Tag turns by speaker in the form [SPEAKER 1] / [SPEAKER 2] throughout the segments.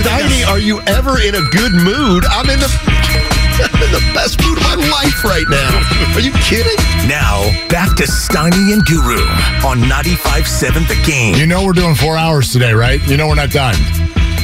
[SPEAKER 1] Steiny, are you ever in a good mood? I'm in the, I'm in the best mood of my life right now. Are you kidding?
[SPEAKER 2] Now, back to Steiny and Guru on 95.7 The Game.
[SPEAKER 3] You know we're doing four hours today, right? You know we're not done.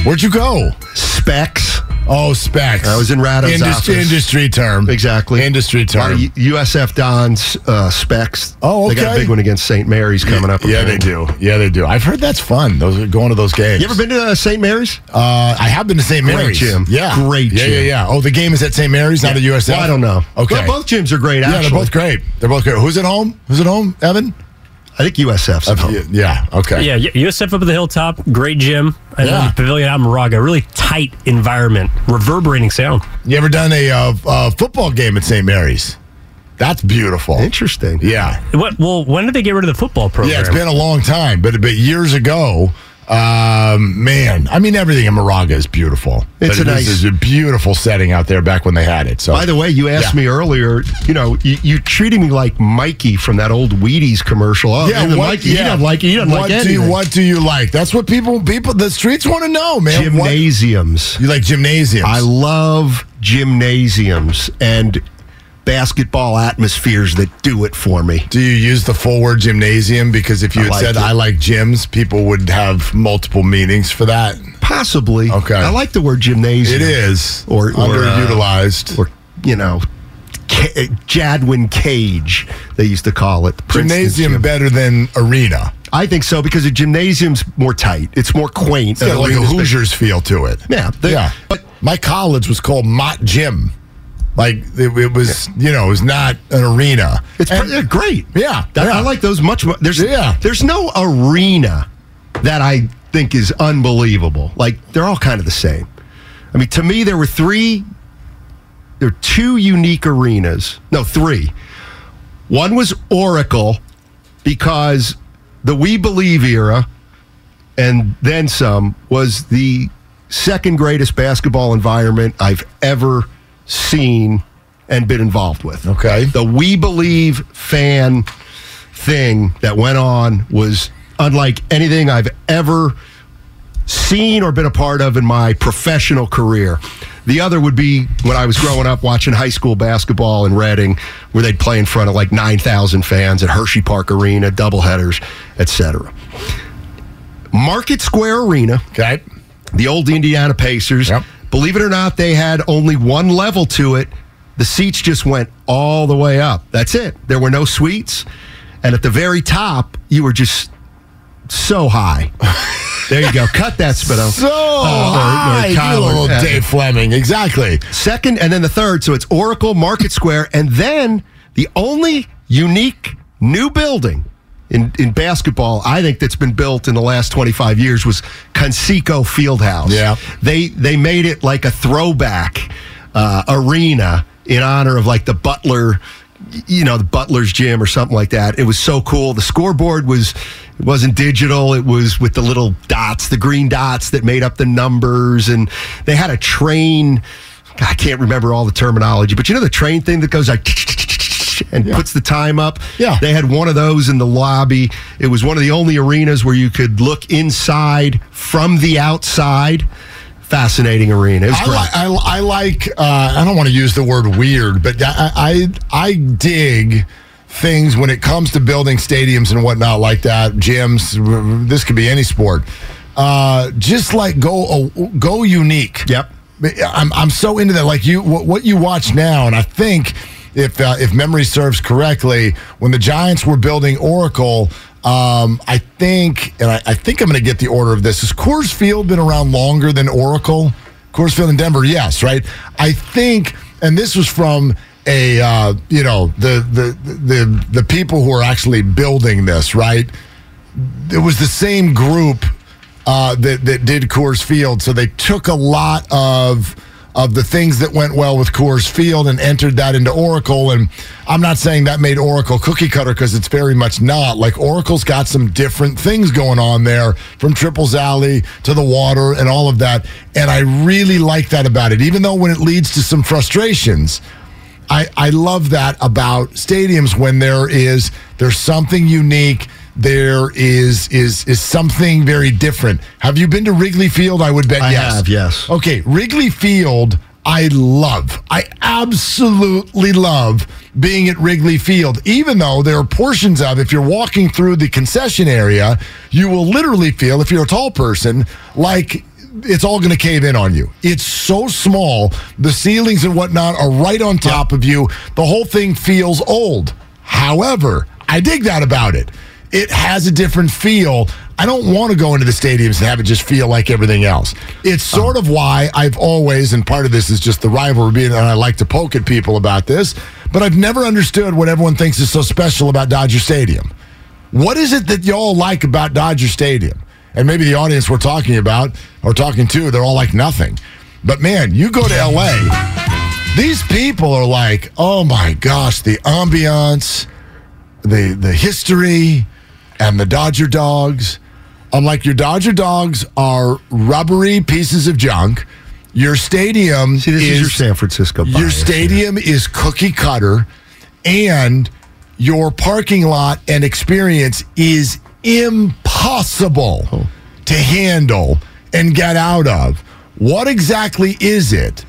[SPEAKER 3] Where'd you go?
[SPEAKER 1] Specs.
[SPEAKER 3] Oh, specs.
[SPEAKER 1] I was in Rado's
[SPEAKER 3] Indus-
[SPEAKER 1] office.
[SPEAKER 3] Industry term.
[SPEAKER 1] Exactly.
[SPEAKER 3] Industry
[SPEAKER 1] Our
[SPEAKER 3] term.
[SPEAKER 1] U- USF Don's uh, specs.
[SPEAKER 3] Oh,
[SPEAKER 1] They got a
[SPEAKER 3] okay.
[SPEAKER 1] big one against St. Mary's coming up.
[SPEAKER 3] yeah, they do. Yeah, they do. I've heard that's fun. Those are going to those games.
[SPEAKER 1] You ever been to uh, St. Mary's?
[SPEAKER 3] Uh, I have been to St.
[SPEAKER 1] Great
[SPEAKER 3] Mary's.
[SPEAKER 1] gym.
[SPEAKER 3] Yeah.
[SPEAKER 1] Great
[SPEAKER 3] Yeah, yeah,
[SPEAKER 1] gym.
[SPEAKER 3] yeah. Oh, the game is at St. Mary's, not at USF.
[SPEAKER 1] Well, I don't know.
[SPEAKER 3] Okay.
[SPEAKER 1] But both gyms are great,
[SPEAKER 3] yeah,
[SPEAKER 1] actually.
[SPEAKER 3] they're both great. They're both great. Who's at home? Who's at home? Evan.
[SPEAKER 1] I think USF's at home.
[SPEAKER 3] Yeah, yeah. Okay.
[SPEAKER 4] Yeah, y- USF up at the hilltop, great gym. And
[SPEAKER 3] Yeah.
[SPEAKER 4] then Pavilion out in Moraga, really tight environment, reverberating sound.
[SPEAKER 3] You ever done a uh, uh, football game at St. Mary's? That's beautiful.
[SPEAKER 1] Interesting.
[SPEAKER 3] Yeah.
[SPEAKER 4] What? Well, when did they get rid of the football program?
[SPEAKER 3] Yeah, it's been a long time, but but years ago, um, man, I mean everything in Moraga is beautiful. But
[SPEAKER 1] It's a
[SPEAKER 3] it is-
[SPEAKER 1] nice-
[SPEAKER 3] it's a beautiful setting out there back when they had it. So
[SPEAKER 1] By the way, you asked
[SPEAKER 3] Yeah.
[SPEAKER 1] me earlier, you know, you, you treated me like Mikey from that old Wheaties commercial. Oh,
[SPEAKER 3] yeah,
[SPEAKER 1] and the
[SPEAKER 3] what,
[SPEAKER 1] Mikey,
[SPEAKER 3] yeah.
[SPEAKER 1] he doesn't like it. He doesn't
[SPEAKER 3] what
[SPEAKER 1] like
[SPEAKER 3] do you,
[SPEAKER 1] anything.
[SPEAKER 3] What do you like? That's what people people the streets want to know, man. What-
[SPEAKER 1] Gymnasiums.
[SPEAKER 3] you like gymnasiums?
[SPEAKER 1] I love gymnasiums and basketball atmospheres that do it for me.
[SPEAKER 3] do you use the full word gymnasium? Because if you
[SPEAKER 1] I
[SPEAKER 3] had
[SPEAKER 1] like
[SPEAKER 3] said
[SPEAKER 1] it.
[SPEAKER 3] I like gyms, people would have multiple meanings for that.
[SPEAKER 1] Possibly.
[SPEAKER 3] Okay.
[SPEAKER 1] I like the word
[SPEAKER 3] It
[SPEAKER 1] gymnasium.
[SPEAKER 3] is
[SPEAKER 1] Or- or, uh,
[SPEAKER 3] underutilized.
[SPEAKER 1] Or, you know, ca- Jadwin Cage, they used to call it. the Princeton
[SPEAKER 3] gymnasium
[SPEAKER 1] gym.
[SPEAKER 3] better than arena.
[SPEAKER 1] I think so because a gymnasium's more tight. It's more
[SPEAKER 3] It's
[SPEAKER 1] quaint.
[SPEAKER 3] got like a
[SPEAKER 1] Arena's big.
[SPEAKER 3] Hoosiers feel to it.
[SPEAKER 1] Yeah, they-
[SPEAKER 3] yeah. But my college was called Mott Gym. Like it, it was, you know, it was not an arena.
[SPEAKER 1] It's
[SPEAKER 3] And-
[SPEAKER 1] pre- they're great.
[SPEAKER 3] Yeah,
[SPEAKER 1] That-
[SPEAKER 3] yeah.
[SPEAKER 1] I like those much. More. There's
[SPEAKER 3] Yeah.
[SPEAKER 1] There's no arena that I think is unbelievable. Like they're all kind of the same. I mean, to me, there were three. There are two unique arenas. No, three. One was Oracle because the We Believe era, and then some, was the second greatest basketball environment I've ever seen and been involved with.
[SPEAKER 3] Okay.
[SPEAKER 1] The We Believe fan thing that went on was unlike anything I've ever seen or been a part of in my professional career. The other would be when I was growing up watching high school basketball in Reading, where they'd play in front of like 9,000 fans at Hershey Park Arena, doubleheaders, etc. Market Square Arena,
[SPEAKER 3] okay.
[SPEAKER 1] the old Indiana Pacers.
[SPEAKER 3] Yep.
[SPEAKER 1] Believe it or not, they had only one level to it. The seats just went all the way up. That's it. There were no suites. And at the very top, you were just so high. there you go. Cut that, Spino.
[SPEAKER 3] So
[SPEAKER 1] Uh, or- or
[SPEAKER 3] high, you
[SPEAKER 1] Kyler.
[SPEAKER 3] little
[SPEAKER 1] Yeah.
[SPEAKER 3] Dave Fleming. Exactly.
[SPEAKER 1] Second, and then the third. So it's Oracle, Market Square, and then the only unique new building in, in basketball, I think that's been built in the last 25 years was Conseco Fieldhouse.
[SPEAKER 3] Yeah.
[SPEAKER 1] They they made it like a throwback uh, arena in honor of like the Butler you know, the Butler's gym or something like that. It was so cool. The scoreboard was it wasn't digital. It was with the little dots, the green dots that made up the numbers and they had a train I can't remember all the terminology, but you know the train thing that goes like and puts the time up.
[SPEAKER 3] Yeah.
[SPEAKER 1] They had one of those in the lobby. It was one of the only arenas where you could look inside from the outside. Fascinating arena. It was
[SPEAKER 3] I,
[SPEAKER 1] great.
[SPEAKER 3] li- I, li- I like. Uh, I don't want to use the word weird, but I, I I dig things when it comes to building stadiums and whatnot like that. Gyms. r- r- This could be any sport. Uh, just like go uh, go unique.
[SPEAKER 1] Yep.
[SPEAKER 3] But I'm I'm so into that. Like you, what, what you watch now, and I think if uh, if memory serves correctly, when the Giants were building Oracle. Um, I think, and I, I think I'm going to get the order of this. Has Coors Field been around longer than Oracle? Coors Field in Denver, yes, right. I think, and this was from a uh, you know the, the the the people who are actually building this, right? It was the same group uh, that that did Coors Field, so they took a lot of of the things that went well with Coors Field and entered that into Oracle. And I'm not saying that made Oracle cookie cutter because it's very much not. Like Oracle's got some different things going on there from Triple's Alley to the water and all of that. And I really like that about it, even though when it leads to some frustrations. I, I love that about stadiums when there is there's something unique there is is is something very different have you been to wrigley field i would bet
[SPEAKER 1] I
[SPEAKER 3] yes Oh,
[SPEAKER 1] have, yes.
[SPEAKER 3] okay wrigley field i love i absolutely love being at wrigley field even though there are portions of if you're walking through the concession area you will literally feel if you're a tall person like it's all going to cave in on you. It's so small. The ceilings and whatnot are right on top of you. The whole thing feels old. However, I dig that about it. It has a different feel. I don't want to go into the stadiums and have it just feel like everything else. It's sort of why I've always, and part of this is just the rivalry, and I like to poke at people about this, but I've never understood what everyone thinks is so special about Dodger Stadium. What is it that y'all like about Dodger Stadium? And maybe the audience we're talking about or talking to, they're all like nothing. But man, you go to LA, these people are like, oh my gosh, the ambiance, the the history, and the Dodger dogs. I'm like, your Dodger dogs are rubbery pieces of junk. Your stadium
[SPEAKER 1] See, this is, your San Francisco.
[SPEAKER 3] your
[SPEAKER 1] bias.
[SPEAKER 3] stadium is cookie cutter, and your parking lot and experience is impossible
[SPEAKER 1] Oh.
[SPEAKER 3] to handle and get out of. What exactly is it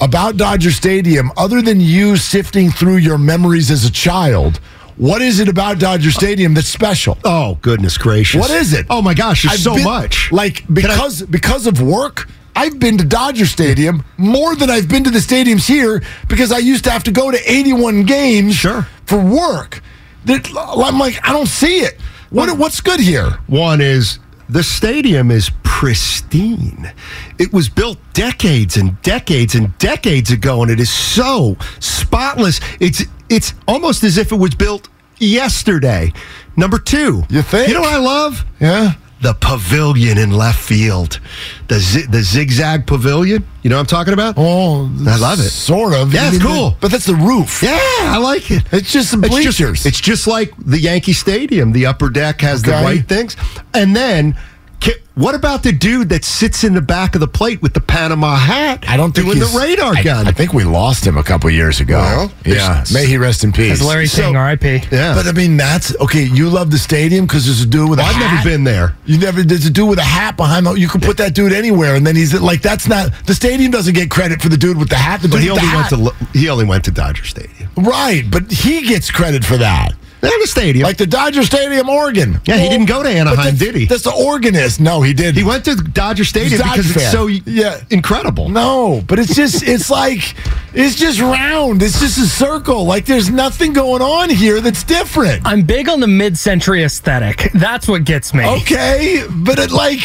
[SPEAKER 3] about Dodger Stadium, other than you sifting through your memories as a child? What is it about Dodger Stadium that's special?
[SPEAKER 1] Oh goodness gracious!
[SPEAKER 3] What is it?
[SPEAKER 1] Oh my gosh! There's
[SPEAKER 3] I've
[SPEAKER 1] so
[SPEAKER 3] been-
[SPEAKER 1] much.
[SPEAKER 3] Like
[SPEAKER 1] I-
[SPEAKER 3] because because of work, I've been to Dodger Stadium more than I've been to the stadiums here because I used to have to go to 81 games
[SPEAKER 1] Sure.
[SPEAKER 3] for work. That I'm like I don't see it. What what's good here?
[SPEAKER 1] One is the stadium is pristine. It was built decades and decades and decades ago, and it is so spotless. It's it's almost as if it was built yesterday. Number two,
[SPEAKER 3] You think?
[SPEAKER 1] You know what I love?
[SPEAKER 3] Yeah.
[SPEAKER 1] The pavilion in left field, the zi- the zigzag pavilion. You know what I'm talking about?
[SPEAKER 3] Oh,
[SPEAKER 1] I love it.
[SPEAKER 3] Sort of.
[SPEAKER 1] Yeah, it's
[SPEAKER 3] I mean,
[SPEAKER 1] cool.
[SPEAKER 3] But that's the roof.
[SPEAKER 1] Yeah, I like it.
[SPEAKER 3] It's just some
[SPEAKER 1] It's just,
[SPEAKER 3] bleachers.
[SPEAKER 1] it's just like the Yankee Stadium. The upper deck has the
[SPEAKER 3] Okay.
[SPEAKER 1] right things. And then, ki- what about the dude that sits in the back of the plate with the Panama hat?
[SPEAKER 3] I don't think
[SPEAKER 1] doing
[SPEAKER 3] he's-
[SPEAKER 1] the radar
[SPEAKER 3] I-
[SPEAKER 1] gun.
[SPEAKER 3] I, think we lost him a couple years ago.
[SPEAKER 1] Well,
[SPEAKER 3] yeah.
[SPEAKER 1] it's-
[SPEAKER 3] May he rest in peace.
[SPEAKER 5] As Larry
[SPEAKER 1] So-
[SPEAKER 5] saying RIP.
[SPEAKER 1] yeah,
[SPEAKER 3] But I mean, that's okay. You love the stadium because there's a dude with a
[SPEAKER 1] I've
[SPEAKER 3] hat.
[SPEAKER 1] never been there.
[SPEAKER 3] You never. There's a dude with a hat behind the. You could put that dude anywhere, and then he's like, that's not the stadium doesn't get credit for the dude with the hat. The
[SPEAKER 1] But
[SPEAKER 3] dude
[SPEAKER 1] he
[SPEAKER 3] with
[SPEAKER 1] only
[SPEAKER 3] the
[SPEAKER 1] went
[SPEAKER 3] hat.
[SPEAKER 1] to Lo- he only went to Dodger Stadium.
[SPEAKER 3] right, but he gets credit for that.
[SPEAKER 1] And the stadium.
[SPEAKER 3] Like the Dodger Stadium, Oregon.
[SPEAKER 1] Yeah, he didn't go to
[SPEAKER 3] but
[SPEAKER 1] Anaheim,
[SPEAKER 3] that's-
[SPEAKER 1] did he?
[SPEAKER 3] That's the organist. No, he didn't.
[SPEAKER 1] he went to Dodger Stadium
[SPEAKER 3] Dodger
[SPEAKER 1] because it's
[SPEAKER 3] fan.
[SPEAKER 1] so
[SPEAKER 3] Yeah.
[SPEAKER 1] incredible.
[SPEAKER 3] No, but it's just it's like it's just round. It's just a circle. Like there's nothing going on here that's different.
[SPEAKER 5] I'm big on the mid-century aesthetic. That's what gets me.
[SPEAKER 4] Oh.
[SPEAKER 3] Okay, but it like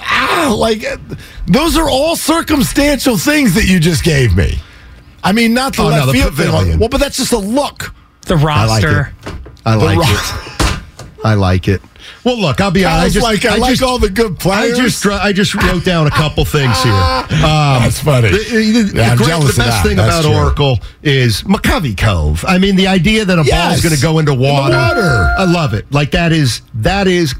[SPEAKER 3] ah, like uh, those are all circumstantial things that you just gave me. I mean, not the
[SPEAKER 1] Oh, no,
[SPEAKER 3] left
[SPEAKER 1] the
[SPEAKER 3] field thing.
[SPEAKER 1] pavilion.
[SPEAKER 3] Well, but that's just a look.
[SPEAKER 5] The
[SPEAKER 1] I like it.
[SPEAKER 5] roster.
[SPEAKER 1] I like
[SPEAKER 3] ro-
[SPEAKER 1] it. I like it. Well, look, I'll be
[SPEAKER 3] I was
[SPEAKER 1] honest. I
[SPEAKER 3] like,
[SPEAKER 1] just,
[SPEAKER 3] I, like
[SPEAKER 1] just,
[SPEAKER 3] all the good
[SPEAKER 1] I
[SPEAKER 3] players.
[SPEAKER 1] just, dr- I just wrote down a couple things here. Um,
[SPEAKER 3] That's funny.
[SPEAKER 1] The, the- the-
[SPEAKER 3] Yeah, I'm
[SPEAKER 1] great-
[SPEAKER 3] jealous
[SPEAKER 1] the
[SPEAKER 3] of
[SPEAKER 1] best
[SPEAKER 3] that.
[SPEAKER 1] thing
[SPEAKER 3] That's
[SPEAKER 1] about
[SPEAKER 3] true.
[SPEAKER 1] Oracle is McCovey Cove. I mean, the idea that a ball
[SPEAKER 3] Yes.
[SPEAKER 1] is going to go into
[SPEAKER 3] In the
[SPEAKER 1] water,
[SPEAKER 3] water.
[SPEAKER 1] I love it. Like that is that is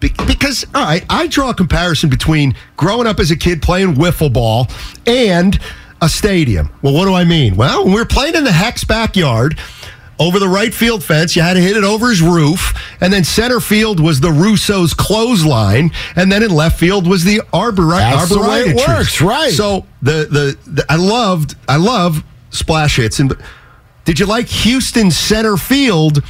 [SPEAKER 1] be- because all right. I draw a comparison between growing up as a kid playing wiffle ball and a stadium. Well, what do I mean? Well, when we were playing in the Hex backyard. Over the right field fence, you had to hit it over his roof, and then center field was the Russo's clothesline, and then in left field was the arbor.
[SPEAKER 3] That's the way it
[SPEAKER 1] arboritis.
[SPEAKER 3] works, right.
[SPEAKER 1] So the, the the I loved I love splash hits, and did you like Houston center field?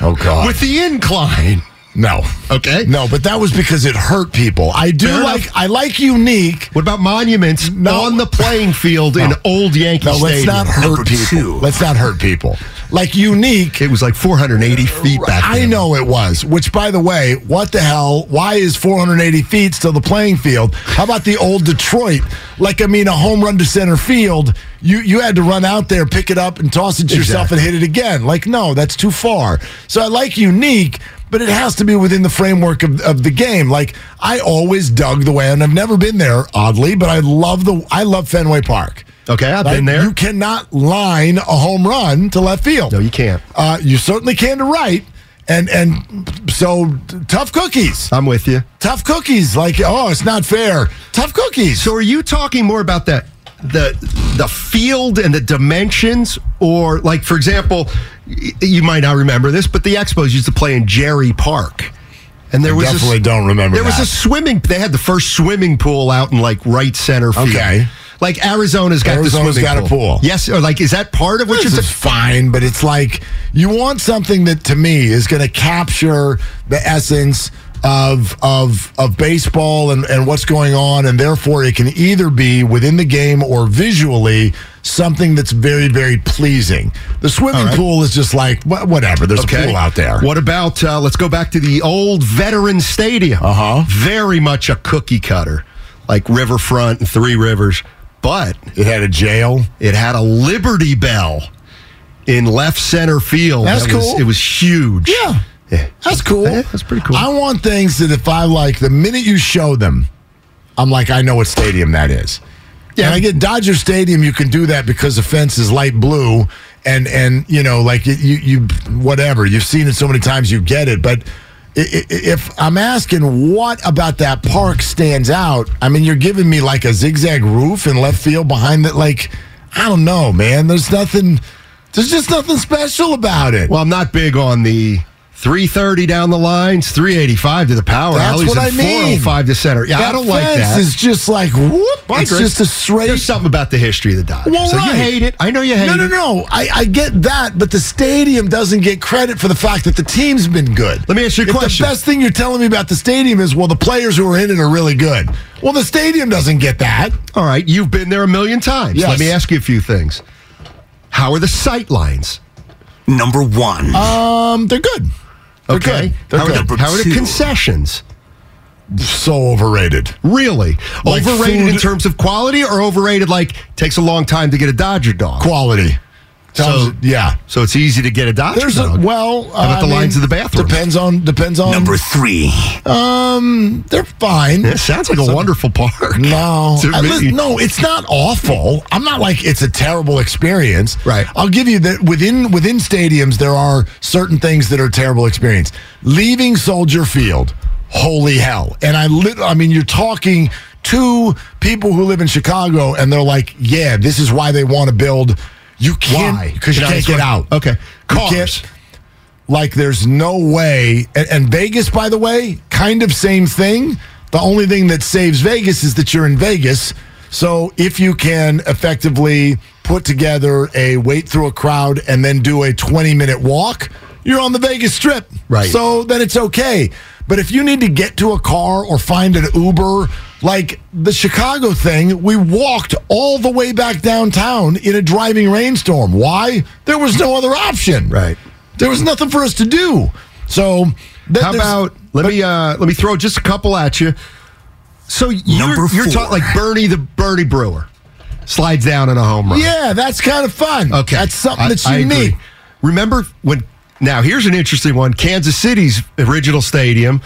[SPEAKER 3] oh God,
[SPEAKER 1] with the incline.
[SPEAKER 3] no,
[SPEAKER 1] Okay.
[SPEAKER 3] no, but that was because it hurt people. I do
[SPEAKER 1] Fair
[SPEAKER 3] like,
[SPEAKER 1] enough.
[SPEAKER 3] I like unique.
[SPEAKER 1] What about monuments
[SPEAKER 3] No.
[SPEAKER 1] on the playing field in
[SPEAKER 3] No.
[SPEAKER 1] old Yankee
[SPEAKER 3] No, let's
[SPEAKER 1] Stadium?
[SPEAKER 3] not hurt people. Let's not hurt people. Like unique.
[SPEAKER 1] It was like 480 feet back.
[SPEAKER 3] I
[SPEAKER 1] then.
[SPEAKER 3] know it was. Which, by the way, what the hell? Why is 480 feet still the playing field? How about the old Detroit? Like, I mean, a home run to center field. You you had to run out there, pick it up, and toss it to yourself and hit it again. Like, no, that's too far. So I like unique. But it has to be within the framework of, of the game. Like I always dug the way, and I've never been there, oddly, but I love the I love Fenway Park.
[SPEAKER 1] Okay, I've been there.
[SPEAKER 3] You cannot line a home run to left field.
[SPEAKER 1] No, you can't.
[SPEAKER 3] Uh, you certainly can to right, and and so t- tough cookies,
[SPEAKER 1] I'm with you.
[SPEAKER 3] tough cookies. Like oh, it's not fair. Tough cookies.
[SPEAKER 1] So are you talking more about that the the field and the dimensions or like for example y- you might not remember this but the Expos used to play in Jerry Park. And there
[SPEAKER 3] I
[SPEAKER 1] was a s-
[SPEAKER 3] definitely don't remember
[SPEAKER 1] There
[SPEAKER 3] that.
[SPEAKER 1] was a swimming they had the first swimming pool out in like right center field.
[SPEAKER 3] Okay.
[SPEAKER 1] Like Arizona's got
[SPEAKER 3] Arizona's
[SPEAKER 1] the swimming
[SPEAKER 3] got a pool.
[SPEAKER 1] Yes, or like is that part of what
[SPEAKER 3] which
[SPEAKER 1] you're
[SPEAKER 3] is fine, but it's like you want something that to me is going to capture the essence of of of baseball and, and what's going on, and therefore it can either be within the game or visually something that's very very pleasing. The swimming pool is just like wha- whatever. There's a pool out there.
[SPEAKER 1] What about uh, let's go back to the old veteran stadium? Uh
[SPEAKER 3] Uh-huh.
[SPEAKER 1] Very much a cookie cutter, like Riverfront and Three Rivers, but
[SPEAKER 3] It had a jail.
[SPEAKER 1] it had a Liberty Bell in left center field.
[SPEAKER 3] That's
[SPEAKER 1] That was-
[SPEAKER 3] cool.
[SPEAKER 1] It was huge.
[SPEAKER 3] Yeah.
[SPEAKER 1] Yeah.
[SPEAKER 3] That's cool.
[SPEAKER 1] Yeah, that's pretty cool.
[SPEAKER 3] I want things that if I like, the minute you show them, I'm like, I know what stadium that is. Yeah. And I get Dodger Stadium, you can do that because the fence is light blue and, and you know, like it, you, you, whatever. You've seen it so many times, you get it. But i- i- if I'm asking what about that park stands out, I mean, you're giving me like a zigzag roof in left field behind it. Like, I don't know, man. There's nothing, there's just nothing special about it.
[SPEAKER 1] Well, I'm not big on the 330 down the lines, 385 to the power
[SPEAKER 3] That's
[SPEAKER 1] alleys,
[SPEAKER 3] what
[SPEAKER 1] and
[SPEAKER 3] I mean.
[SPEAKER 1] 405 to center. Yeah, I
[SPEAKER 3] that
[SPEAKER 1] don't like
[SPEAKER 3] fence
[SPEAKER 1] that.
[SPEAKER 3] is just like whoop.
[SPEAKER 1] I
[SPEAKER 3] It's
[SPEAKER 1] agree.
[SPEAKER 3] just a straight.
[SPEAKER 1] There's something about the history of the Dodgers.
[SPEAKER 3] Well,
[SPEAKER 1] so you
[SPEAKER 3] right.
[SPEAKER 1] hate it. I know you hate
[SPEAKER 3] no,
[SPEAKER 1] it.
[SPEAKER 3] no, no. I, I get that, but the stadium doesn't get credit for the fact that the team's been good.
[SPEAKER 1] Let me ask you a
[SPEAKER 3] If
[SPEAKER 1] question.
[SPEAKER 3] The best thing you're telling me about the stadium is well, the players who are in it are really good. Well, the stadium doesn't get that.
[SPEAKER 1] All right, you've been there a million times.
[SPEAKER 3] Yes.
[SPEAKER 1] Let me ask you a few things. How are the sight lines?
[SPEAKER 2] Number one.
[SPEAKER 3] Um, they're good. They're
[SPEAKER 1] Okay.
[SPEAKER 3] good. They're
[SPEAKER 1] how,
[SPEAKER 3] good.
[SPEAKER 1] Are the, how are the
[SPEAKER 2] Two.
[SPEAKER 1] concessions?
[SPEAKER 3] So overrated.
[SPEAKER 1] Really?
[SPEAKER 3] Like
[SPEAKER 1] overrated in
[SPEAKER 3] food-
[SPEAKER 1] terms of quality or overrated like takes a long time to get a Dodger dog?
[SPEAKER 3] Quality.
[SPEAKER 1] So,
[SPEAKER 3] Sounds- yeah.
[SPEAKER 1] So it's easy to get a Dodger
[SPEAKER 3] There's a
[SPEAKER 1] dog.
[SPEAKER 3] well.
[SPEAKER 1] How about
[SPEAKER 3] I
[SPEAKER 1] the lines
[SPEAKER 3] mean,
[SPEAKER 1] of the bathroom?
[SPEAKER 3] Depends on depends on.
[SPEAKER 2] Number three.
[SPEAKER 3] um, they're fine.
[SPEAKER 1] It sounds like a wonderful park.
[SPEAKER 3] No,
[SPEAKER 1] To
[SPEAKER 3] I
[SPEAKER 1] me.
[SPEAKER 3] lis- no, it's not awful. I'm not like it's a terrible experience.
[SPEAKER 1] Right.
[SPEAKER 3] I'll give you that within within stadiums there are certain things that are terrible experience. Leaving Soldier Field, holy hell! And I lit. I mean, you're talking to people who live in Chicago, and they're like, "Yeah, this is why they want to build." You can't
[SPEAKER 1] Why?
[SPEAKER 3] because you
[SPEAKER 1] Can I
[SPEAKER 3] can't
[SPEAKER 1] ask
[SPEAKER 3] get
[SPEAKER 1] one-
[SPEAKER 3] out.
[SPEAKER 1] Okay.
[SPEAKER 3] You
[SPEAKER 1] Cars.
[SPEAKER 3] can't- like there's no way and, and vegas by the way kind of same thing the only thing that saves vegas is that you're in vegas so if you can effectively put together a wait through a crowd and then do a 20 minute walk you're on the vegas strip
[SPEAKER 1] Right.
[SPEAKER 3] so then it's okay but if you need to get to a car or find an uber like the chicago thing we walked all the way back downtown in a driving rainstorm why there was no other option
[SPEAKER 1] Right.
[SPEAKER 3] there was nothing for us to do. So that,
[SPEAKER 1] How about let me uh, let me throw just a couple at you. So you're,
[SPEAKER 2] Number
[SPEAKER 1] you're talking
[SPEAKER 2] four.
[SPEAKER 1] like Bernie the Bernie Brewer slides down in a home run.
[SPEAKER 3] yeah, that's kind of fun.
[SPEAKER 1] Okay.
[SPEAKER 3] that's something that's
[SPEAKER 1] I- I agree.
[SPEAKER 3] unique.
[SPEAKER 1] Remember when Now, here's an interesting one. Kansas City's original stadium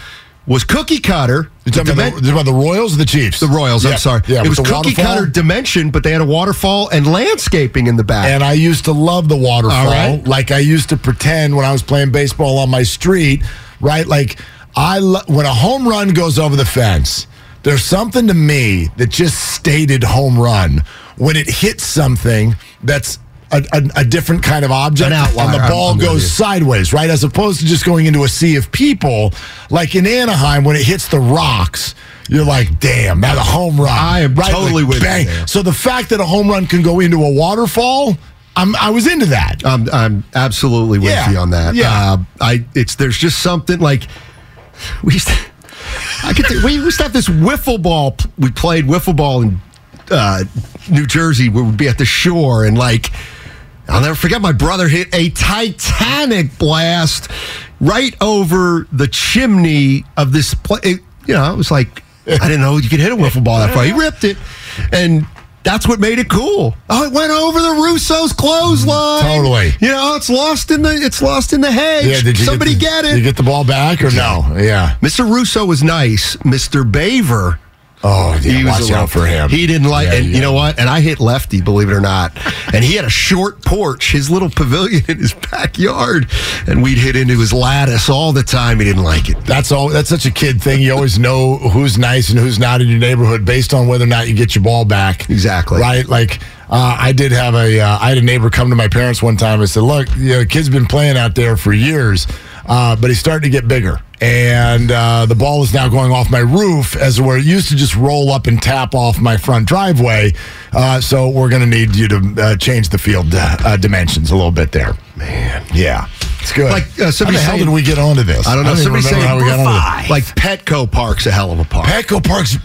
[SPEAKER 1] was cookie cutter.
[SPEAKER 3] You talking
[SPEAKER 1] with
[SPEAKER 3] about,
[SPEAKER 1] dimen-
[SPEAKER 3] the, about the Royals or the Chiefs?
[SPEAKER 1] the Royals,
[SPEAKER 3] Yeah,
[SPEAKER 1] I'm sorry.
[SPEAKER 3] Yeah,
[SPEAKER 1] it was
[SPEAKER 3] with the
[SPEAKER 1] cookie
[SPEAKER 3] waterfall.
[SPEAKER 1] cutter dimension, but they had a waterfall and landscaping in the back.
[SPEAKER 3] And I used to love the waterfall.
[SPEAKER 1] All right.
[SPEAKER 3] Like I used to pretend when I was playing baseball on my street, right? Like I lo- when a home run goes over the fence, there's something to me that just stated home run when it hits something that's a, a, a different kind of object
[SPEAKER 1] An outlier.
[SPEAKER 3] and the
[SPEAKER 1] I'm-
[SPEAKER 3] ball
[SPEAKER 1] I'm with
[SPEAKER 3] goes
[SPEAKER 1] you.
[SPEAKER 3] sideways, right? As opposed to just going into a sea of people, like in Anaheim when it hits the rocks, you're like, damn, that's a home run.
[SPEAKER 1] I am
[SPEAKER 3] Like,
[SPEAKER 1] totally with you
[SPEAKER 3] bang.
[SPEAKER 1] there.
[SPEAKER 3] So the fact that a home run can go into a waterfall, I'm, I was into that.
[SPEAKER 1] I'm I'm absolutely with
[SPEAKER 3] Yeah,
[SPEAKER 1] you on that.
[SPEAKER 3] yeah.
[SPEAKER 1] Uh, I it's there's just something like we used to, I could think- we used to have this wiffle ball. p- We played wiffle ball in uh, New Jersey. We would be at the shore and like I'll never forget. My brother hit a Titanic blast right over the chimney of this place. You know, it was like I didn't know you could hit a wiffle ball that far. He ripped it and. That's what made it cool. Oh, it went over the Russo's clothesline.
[SPEAKER 3] Totally.
[SPEAKER 1] You know, it's lost in the it's lost in the hedge. Somebody get,
[SPEAKER 3] the-
[SPEAKER 1] it.
[SPEAKER 3] Did you get the ball back or no? Yeah.
[SPEAKER 1] Mr. Russo was nice. Mr. Baver,
[SPEAKER 3] Oh, yeah.
[SPEAKER 1] he was
[SPEAKER 3] watch
[SPEAKER 1] a little-
[SPEAKER 3] out for him.
[SPEAKER 1] He didn't like,
[SPEAKER 3] Yeah,
[SPEAKER 1] and
[SPEAKER 3] yeah.
[SPEAKER 1] you know what? And I hit lefty, believe it or not. and he had a short porch, his little pavilion in his backyard, and we'd hit into his lattice all the time. He didn't like it.
[SPEAKER 3] That's all. That's such a kid thing. You always know who's nice and who's not in your neighborhood based on whether or not you get your ball back.
[SPEAKER 1] Exactly.
[SPEAKER 3] Right. Like uh, I did have a. Uh, I had a neighbor come to my parents one time. and said, "Look, you know, the kid's been playing out there for years, uh, but he's starting to get bigger, and uh, the ball is now going off my roof as where it used to just roll up and tap off my front driveway. Uh, so we're going to need you to uh, change the field uh, uh, dimensions a little bit there. Man. Yeah. It's good.
[SPEAKER 1] Like, uh, somebody
[SPEAKER 3] How the hell
[SPEAKER 1] saying-
[SPEAKER 3] did we get onto this?
[SPEAKER 1] I don't know.
[SPEAKER 3] even
[SPEAKER 1] Somebody
[SPEAKER 3] remember
[SPEAKER 1] said
[SPEAKER 3] how we got onto this.
[SPEAKER 1] like Petco Park's a hell of a park.
[SPEAKER 3] Petco Park's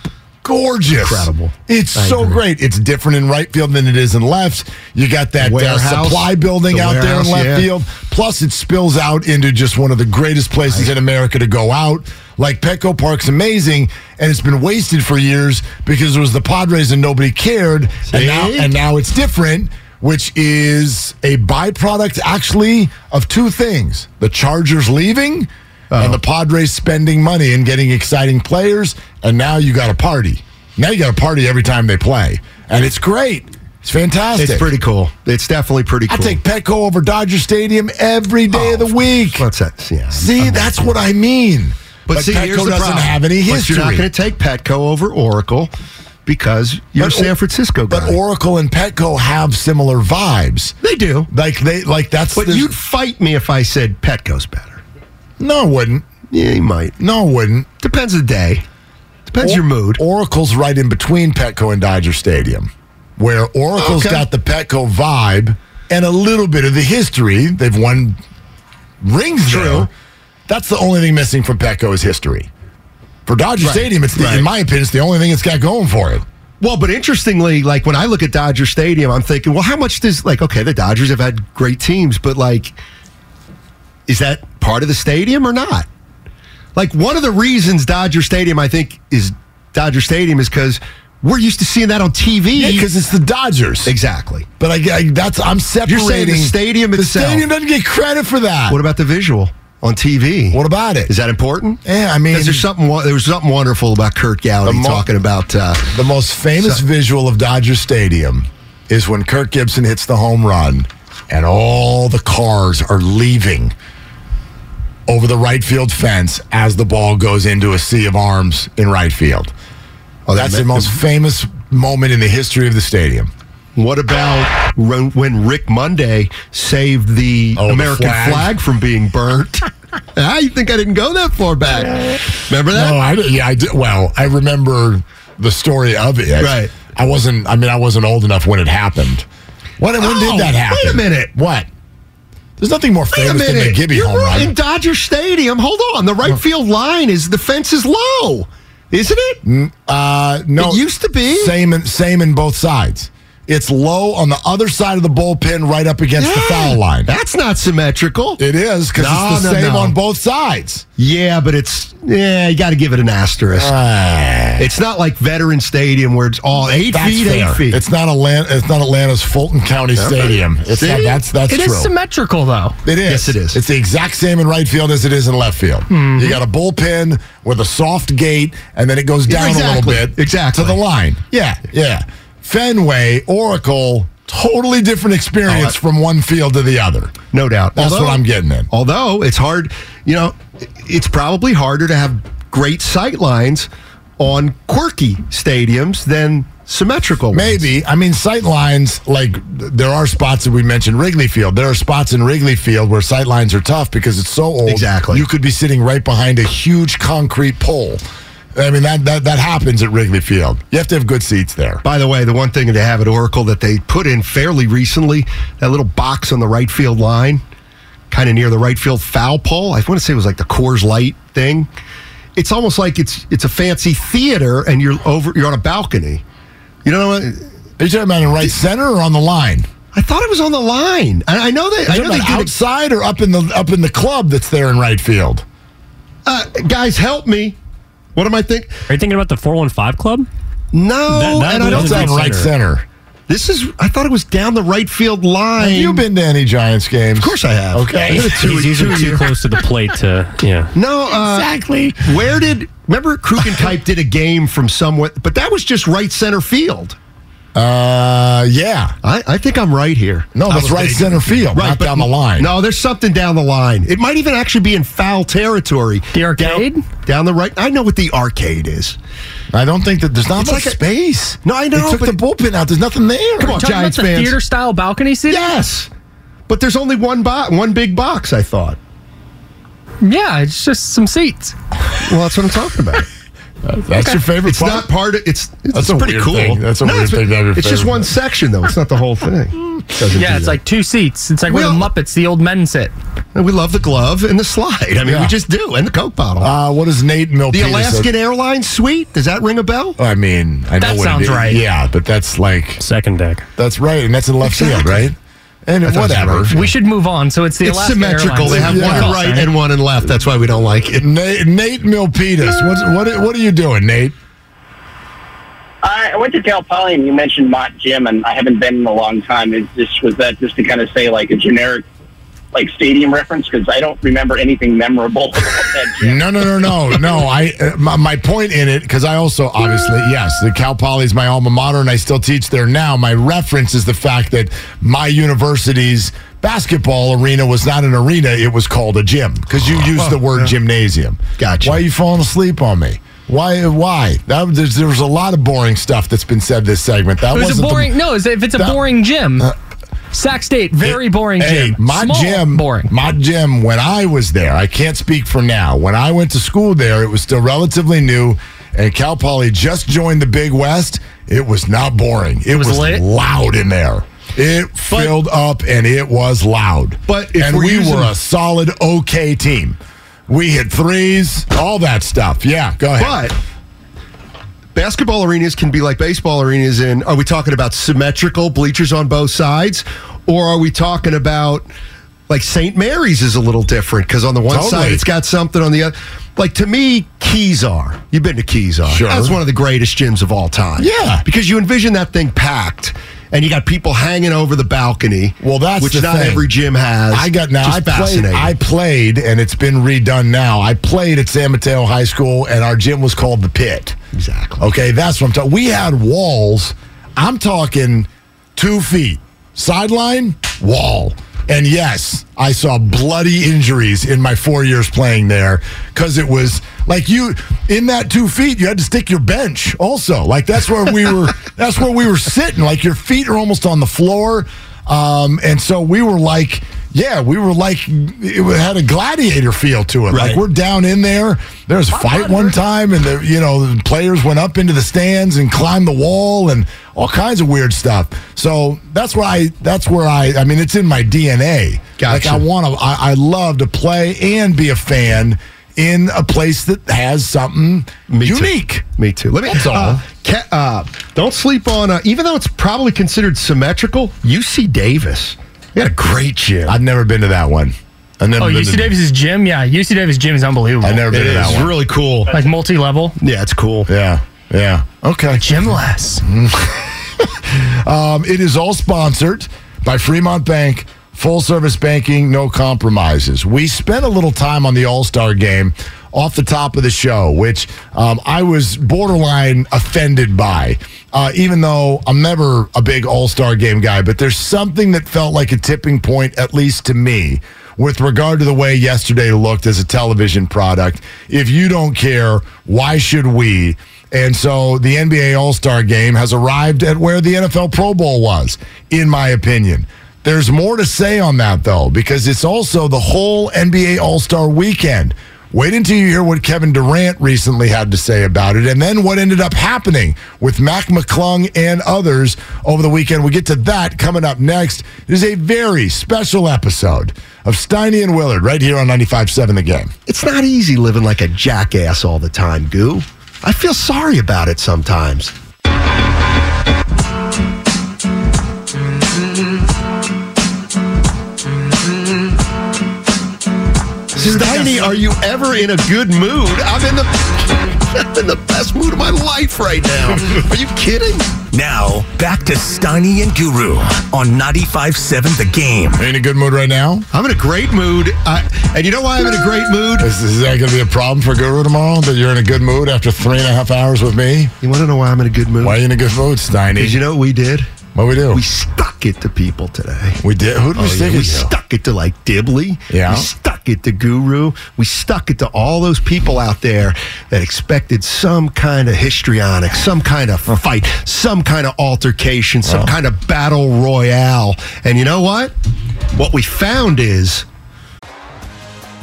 [SPEAKER 3] gorgeous.
[SPEAKER 1] Incredible.
[SPEAKER 3] It's
[SPEAKER 1] I
[SPEAKER 3] so
[SPEAKER 1] agree.
[SPEAKER 3] great. It's different in right field than it is in left. You got that uh,
[SPEAKER 1] Warehouse.
[SPEAKER 3] supply building
[SPEAKER 1] The
[SPEAKER 3] out there in
[SPEAKER 1] warehouse,
[SPEAKER 3] left
[SPEAKER 1] yeah.
[SPEAKER 3] field. Plus, it spills out into just one of the greatest places in America to go out. Like Petco Park's amazing, and it's been wasted for years because it was the Padres and nobody cared. And now,
[SPEAKER 1] See?
[SPEAKER 3] and now it's different. Which is a byproduct, actually, of two things the Chargers leaving and
[SPEAKER 1] Oh.
[SPEAKER 3] the Padres spending money and getting exciting players, and now you got a party. Now you got a party every time they play, and it's great. It's fantastic.
[SPEAKER 1] It's pretty cool. It's definitely pretty
[SPEAKER 3] I
[SPEAKER 1] cool. Oh,
[SPEAKER 3] take Petco over Dodger Stadium every day of the week.
[SPEAKER 1] What's that? Yeah.
[SPEAKER 3] See, that's what I mean.
[SPEAKER 1] But, see, here's
[SPEAKER 3] Petco
[SPEAKER 1] the
[SPEAKER 3] doesn't
[SPEAKER 1] problem.
[SPEAKER 3] have any
[SPEAKER 1] But
[SPEAKER 3] history.
[SPEAKER 1] you're not going to take Petco over Oracle because you're
[SPEAKER 3] But
[SPEAKER 1] a San
[SPEAKER 3] Or-
[SPEAKER 1] Francisco guy.
[SPEAKER 3] But Oracle and Petco have similar vibes.
[SPEAKER 1] they do.
[SPEAKER 3] Like they like that's
[SPEAKER 1] But
[SPEAKER 3] there's-
[SPEAKER 1] you'd fight me if I said Petco's better.
[SPEAKER 3] no it wouldn't
[SPEAKER 1] Yeah, you might.
[SPEAKER 3] no it wouldn't
[SPEAKER 1] Depends the day. Depends your mood.
[SPEAKER 3] Oracle's right in between Petco and Dodger Stadium, where Oracle's
[SPEAKER 1] Okay.
[SPEAKER 3] got the Petco vibe and a little bit of the history. They've won rings
[SPEAKER 1] True.
[SPEAKER 3] there. That's the only thing missing from Petco is history. For Dodger
[SPEAKER 1] Right,
[SPEAKER 3] Stadium, it's the,
[SPEAKER 1] right.
[SPEAKER 3] in my opinion, it's the only thing it's got going for it.
[SPEAKER 1] Well, but interestingly, like when I look at Dodger Stadium, I'm thinking, well, how much does like okay, the Dodgers have had great teams, but like, is that part of the stadium or not? Like one of the reasons Dodger Stadium, I think, is Dodger Stadium is because we're used to seeing that on TV.
[SPEAKER 3] Because it's the Dodgers.
[SPEAKER 1] exactly.
[SPEAKER 3] But I, I- that's I'm separating.
[SPEAKER 1] You're saying the stadium
[SPEAKER 3] The
[SPEAKER 1] itself.
[SPEAKER 3] stadium doesn't get credit for that.
[SPEAKER 1] What about the visual on TV?
[SPEAKER 3] What about it?
[SPEAKER 1] Is that important?
[SPEAKER 3] Yeah, I mean-
[SPEAKER 1] Because there's something wa- there was something wonderful about Kurt Gallagher
[SPEAKER 3] The mo-
[SPEAKER 1] talking about uh,
[SPEAKER 3] The most famous visual of Dodger Stadium is when Kirk Gibson hits the home run and all the cars are leaving over the right field fence as the ball goes into a sea of arms in right field.
[SPEAKER 1] oh, that
[SPEAKER 3] That's
[SPEAKER 1] ma-
[SPEAKER 3] the most famous moment in the history of the stadium.
[SPEAKER 1] What about when when Rick Monday saved the
[SPEAKER 3] Oh, the
[SPEAKER 1] American
[SPEAKER 3] flag.
[SPEAKER 1] flag. from being burnt? I think I didn't go that far back. Remember that?
[SPEAKER 3] No, I did- yeah, I did. Well, I remember the story of it.
[SPEAKER 1] Right.
[SPEAKER 3] I wasn't. I mean, I wasn't old enough when it happened. When, when
[SPEAKER 1] Oh,
[SPEAKER 3] did that
[SPEAKER 1] wait a
[SPEAKER 3] happen?
[SPEAKER 1] minute.
[SPEAKER 3] What? There's nothing more
[SPEAKER 1] Wait a
[SPEAKER 3] famous than the
[SPEAKER 1] minute.
[SPEAKER 3] Gibby
[SPEAKER 1] You're
[SPEAKER 3] home
[SPEAKER 1] right.
[SPEAKER 3] run.
[SPEAKER 1] in Dodger Stadium. Hold on. The right field line is the fence is low, isn't it?
[SPEAKER 3] Uh, no,
[SPEAKER 1] It used to be.
[SPEAKER 3] same in, same in both sides. It's low on the other side of the bullpen, right up against the foul line.
[SPEAKER 1] That's not symmetrical.
[SPEAKER 3] It is because
[SPEAKER 1] No,
[SPEAKER 3] it's the
[SPEAKER 1] no,
[SPEAKER 3] same
[SPEAKER 1] no.
[SPEAKER 3] on both sides.
[SPEAKER 1] Yeah, but it's yeah. You got to give it an asterisk. it's not like Veteran Stadium where it's all eight
[SPEAKER 3] That's
[SPEAKER 1] feet,
[SPEAKER 3] fair.
[SPEAKER 1] eight feet.
[SPEAKER 3] It's not Atlanta. It's not Atlanta's Fulton County Stadium. It's
[SPEAKER 1] See?
[SPEAKER 3] not, that's that's
[SPEAKER 5] It
[SPEAKER 3] true.
[SPEAKER 5] is symmetrical though.
[SPEAKER 3] It is. Mm-hmm.
[SPEAKER 1] Yes, it is.
[SPEAKER 3] It's the exact same in right field as it is in left field. You got a bullpen with a soft gate, and then it goes down a
[SPEAKER 1] Exactly.
[SPEAKER 3] little bit
[SPEAKER 1] Exactly.
[SPEAKER 3] to the line. Yeah, yeah. Fenway, Oracle, totally different experience
[SPEAKER 1] Oh, that-
[SPEAKER 3] from one field to the other.
[SPEAKER 1] no doubt.
[SPEAKER 3] That's
[SPEAKER 1] Although-
[SPEAKER 3] what I'm getting at.
[SPEAKER 1] Although it's hard, you know, it's probably harder to have great sight lines on quirky stadiums than symmetrical ones.
[SPEAKER 3] Maybe. I mean, sight lines, like th- there are spots that we mentioned Wrigley Field. There are spots in Wrigley Field where sight lines are tough because it's so old.
[SPEAKER 1] Exactly.
[SPEAKER 3] You could be sitting right behind a huge concrete pole. I mean, that, that, that happens at Wrigley Field. You have to have good seats there.
[SPEAKER 1] By the way, the one thing they have at Oracle that they put in fairly recently, that little box on the right field line, kind of near the right field foul pole. I want to say it was like the Coors Light thing. It's almost like it's it's a fancy theater and you're over you're on a balcony. You know what?
[SPEAKER 3] Are you talking about in right center or on the line?
[SPEAKER 1] I thought it was on the line. I, I know they I
[SPEAKER 3] Are you
[SPEAKER 1] know
[SPEAKER 3] talking
[SPEAKER 1] they did
[SPEAKER 3] about
[SPEAKER 1] it-
[SPEAKER 3] outside or up in the up in the club that's there in right field?
[SPEAKER 1] Uh, guys, help me. What am I think?
[SPEAKER 4] Are you thinking about the 415 club?
[SPEAKER 1] No,
[SPEAKER 4] That- that
[SPEAKER 1] and I don't
[SPEAKER 4] was-
[SPEAKER 3] It's on
[SPEAKER 1] think
[SPEAKER 4] Right
[SPEAKER 3] right center.
[SPEAKER 1] this is. I thought it was down the right field line.
[SPEAKER 3] Have you been to any Giants games?
[SPEAKER 1] Of course, I have.
[SPEAKER 3] Okay.
[SPEAKER 4] He's usually too close to the plate to yeah.
[SPEAKER 1] No, uh, exactly. Where did remember Krugenkype did a game from somewhere, but that was just right center field.
[SPEAKER 3] Uh, yeah.
[SPEAKER 1] I, I think I'm right here.
[SPEAKER 3] No,
[SPEAKER 1] I
[SPEAKER 3] that's
[SPEAKER 1] was
[SPEAKER 3] right
[SPEAKER 1] thinking-
[SPEAKER 3] center field, not
[SPEAKER 1] but
[SPEAKER 3] down the line.
[SPEAKER 1] No, there's something down the line. It might even actually be in foul territory.
[SPEAKER 5] The arcade?
[SPEAKER 1] down, down the right. I know what the arcade is.
[SPEAKER 3] I don't think that there's not
[SPEAKER 1] It's
[SPEAKER 3] much
[SPEAKER 1] like a-
[SPEAKER 3] space.
[SPEAKER 1] No, I know,
[SPEAKER 3] They took
[SPEAKER 1] but-
[SPEAKER 3] the bullpen out. There's nothing there.
[SPEAKER 1] Come on,
[SPEAKER 5] Talking
[SPEAKER 1] Giants
[SPEAKER 5] about the
[SPEAKER 1] fans.
[SPEAKER 5] theater style balcony seating.
[SPEAKER 1] Yes, but there's only one bo- one big box. I thought.
[SPEAKER 5] Yeah, it's just some seats.
[SPEAKER 1] Well, that's what I'm talking about.
[SPEAKER 3] That's your favorite
[SPEAKER 1] It's
[SPEAKER 3] part.
[SPEAKER 1] not part of it's. it's
[SPEAKER 3] That's
[SPEAKER 1] it's
[SPEAKER 3] a
[SPEAKER 1] pretty
[SPEAKER 3] weird
[SPEAKER 1] cool.
[SPEAKER 3] thing. That's a
[SPEAKER 1] no,
[SPEAKER 3] weird
[SPEAKER 1] it's,
[SPEAKER 3] thing to have your
[SPEAKER 1] It's just
[SPEAKER 3] favorite.
[SPEAKER 1] one section though. It's not the whole thing. Doesn't do
[SPEAKER 5] Yeah, it's
[SPEAKER 1] that.
[SPEAKER 5] like two seats. It's like where the
[SPEAKER 1] Well-
[SPEAKER 5] Muppets, the old men sit.
[SPEAKER 1] And we love the glove and the slide. I mean,
[SPEAKER 3] Yeah.
[SPEAKER 1] we just do, and the coke bottle.
[SPEAKER 3] Uh, what is Nate Milpita?
[SPEAKER 1] the Alaskan Airlines suite. Does that ring a bell?
[SPEAKER 3] I mean, I know
[SPEAKER 5] That
[SPEAKER 3] what it
[SPEAKER 5] sounds
[SPEAKER 3] is.
[SPEAKER 5] right.
[SPEAKER 3] Yeah, but that's like
[SPEAKER 4] Second deck.
[SPEAKER 3] that's right, and that's in left field,
[SPEAKER 1] Exactly.
[SPEAKER 3] right? And
[SPEAKER 1] thought it was
[SPEAKER 3] whatever.
[SPEAKER 1] right.
[SPEAKER 5] We should move on. So it's the
[SPEAKER 1] it's
[SPEAKER 5] Alaska
[SPEAKER 1] symmetrical.
[SPEAKER 5] Airlines.
[SPEAKER 1] They have
[SPEAKER 5] Yeah.
[SPEAKER 1] one
[SPEAKER 5] Call
[SPEAKER 1] in right
[SPEAKER 5] sign.
[SPEAKER 1] and one in left. That's why we don't like it.
[SPEAKER 3] Nate, Nate Milpitas, what's, what what are you doing, Nate?
[SPEAKER 6] I I went to Cal Poly, and you mentioned Mott Gym, and I haven't been in a long time. Is this was that just to kind of say like a generic like stadium reference because I don't remember anything memorable. about that gym.
[SPEAKER 3] No, no, no, no, no. I uh, my, my point in it because I also obviously yes, the Cal Poly is my alma mater, and I still teach there now. My reference is the fact that my university's basketball arena was not an arena; it was called a gym because you used the word gymnasium.
[SPEAKER 1] Gotcha.
[SPEAKER 3] Why are you falling asleep on me? Why? Why? That, there's, there was a lot of boring stuff that's been said this segment. That
[SPEAKER 5] It was a
[SPEAKER 3] wasn't the-
[SPEAKER 5] boring. no, it's- if it's a
[SPEAKER 3] that-
[SPEAKER 5] boring gym, Sac State, very boring
[SPEAKER 3] Hey,
[SPEAKER 5] gym.
[SPEAKER 3] my
[SPEAKER 5] Small,
[SPEAKER 3] gym,
[SPEAKER 5] boring.
[SPEAKER 3] my gym. When I was there, I can't speak for now. When I went to school there, it was still relatively new, and Cal Poly just joined the Big West. It was not boring. It,
[SPEAKER 5] was
[SPEAKER 3] was,
[SPEAKER 5] lit?
[SPEAKER 3] loud in there. It filled up and it was loud.
[SPEAKER 1] But if
[SPEAKER 3] and
[SPEAKER 1] we're
[SPEAKER 3] we
[SPEAKER 1] using-
[SPEAKER 3] were a solid okay team. We hit threes, all that stuff. Yeah, go ahead.
[SPEAKER 1] But basketball arenas can be like baseball arenas in are we talking about symmetrical bleachers on both sides or are we talking about like St. Mary's is a little different because on the one
[SPEAKER 3] Totally.
[SPEAKER 1] side it's got something on the other. Like to me, Keysar. You've been to Keysar.
[SPEAKER 3] Sure.
[SPEAKER 1] That's one of the greatest gyms of all time.
[SPEAKER 3] Yeah.
[SPEAKER 1] because you envision that thing packed, and you got people hanging over the balcony.
[SPEAKER 3] Well, that's
[SPEAKER 1] which
[SPEAKER 3] the
[SPEAKER 1] not
[SPEAKER 3] thing.
[SPEAKER 1] every gym has.
[SPEAKER 3] I got now.
[SPEAKER 1] Just
[SPEAKER 3] I played.
[SPEAKER 1] fascinating.
[SPEAKER 3] I played, and it's been redone now. I played at San Mateo High School, and our gym was called the Pit.
[SPEAKER 1] Exactly.
[SPEAKER 3] Okay, that's what I'm talking. We had walls. I'm talking two feet sideline wall. And yes, I saw bloody injuries in my four years playing there because it was like you in that two feet, you had to stick your bench also. Like that's where we were. that's where we were sitting. Like your feet are almost on the floor. Um, and so we were like, yeah, we were like, it had a gladiator feel to it. Like
[SPEAKER 1] Right.
[SPEAKER 3] we're down in there. There was a fight one time, and the you know the players went up into the stands and climbed the wall and all kinds of weird stuff. So that's where I that's where I I mean it's in my DNA. Like
[SPEAKER 1] Gotcha.
[SPEAKER 3] I want to I, I love to play and be a fan in a place that has something
[SPEAKER 1] Me too.
[SPEAKER 3] unique.
[SPEAKER 1] Me too. Let me.
[SPEAKER 3] That's all.
[SPEAKER 1] uh, ca- uh, don't sleep on. Uh, even though it's probably considered symmetrical, UC Davis. They had a great gym.
[SPEAKER 3] I've never been to that one. I've never
[SPEAKER 5] Oh,
[SPEAKER 3] been
[SPEAKER 5] UC
[SPEAKER 3] to,
[SPEAKER 5] Davis's gym? Yeah, UC Davis gym is unbelievable.
[SPEAKER 3] I've never
[SPEAKER 1] it
[SPEAKER 3] been to that
[SPEAKER 1] is
[SPEAKER 3] one.
[SPEAKER 1] really cool.
[SPEAKER 5] Like multi level.
[SPEAKER 1] Yeah, it's cool.
[SPEAKER 3] yeah. Yeah. Okay.
[SPEAKER 5] Gymless.
[SPEAKER 3] Um, it is all sponsored by Fremont Bank, full service banking, no compromises. We spent a little time on the All Star game off the top of the show, which um, I was borderline offended by, uh, even though I'm never a big All Star game guy, but there's something that felt like a tipping point, at least to me. With regard to the way yesterday looked as a television product, if you don't care, why should we? And so the NBA All Star game has arrived at where the NFL Pro Bowl was, in my opinion. There's more to say on that, though, because it's also the whole NBA All Star weekend. Wait until you hear what Kevin Durant recently had to say about it, and then what ended up happening with Mac McClung and others over the weekend. We get to that coming up next. This is a very special episode of Steiny and Willard right here on 95.7 The Game.
[SPEAKER 1] It's not easy living like a jackass all the time, Goo. I feel sorry about it sometimes. Steiny, are you ever in a good mood? I'm in the I'm in the best mood of my life right now. Are you kidding?
[SPEAKER 2] Now, back to Steiny and Guru on 95.7 The Game.
[SPEAKER 3] Are you in a good mood right now?
[SPEAKER 1] I'm in a great mood. I, and you know why I'm in a great mood?
[SPEAKER 3] Is, is that going to be a problem for Guru tomorrow? That you're in a good mood after three and a half hours with me?
[SPEAKER 1] You want to know why I'm in a good mood?
[SPEAKER 3] Why are you in a good mood, Steiny?
[SPEAKER 1] Because you know what we did?
[SPEAKER 3] what we do?
[SPEAKER 1] We stuck it to people today.
[SPEAKER 3] We did. Who did we
[SPEAKER 1] Oh, yeah,
[SPEAKER 3] stick
[SPEAKER 1] we
[SPEAKER 3] it to?
[SPEAKER 1] stuck it to like Dibley.
[SPEAKER 3] Yeah.
[SPEAKER 1] We stuck it to Guru. We stuck it to all those people out there that expected some kind of histrionic, some kind of fight, some kind of altercation, some kind of battle royale. And you know what? What we found is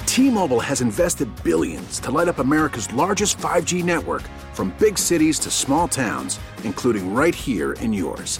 [SPEAKER 7] T-Mobile has invested billions to light up America's largest 5G network from big cities to small towns, including right here in yours.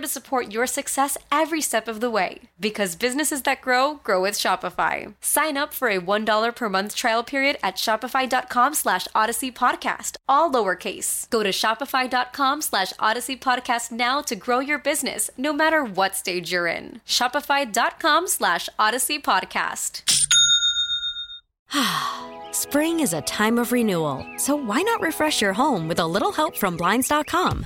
[SPEAKER 8] to support your success every step of the way. Because businesses that grow, grow with Shopify. Sign up for a $1 per month trial period at shopify.com slash odyssey podcast, all lowercase. Go to shopify.com slash odyssey podcast now to grow your business, no matter what stage you're in. Shopify.com slash odyssey podcast. Spring is a time of renewal, so why not refresh your home with a little help from Blinds.com?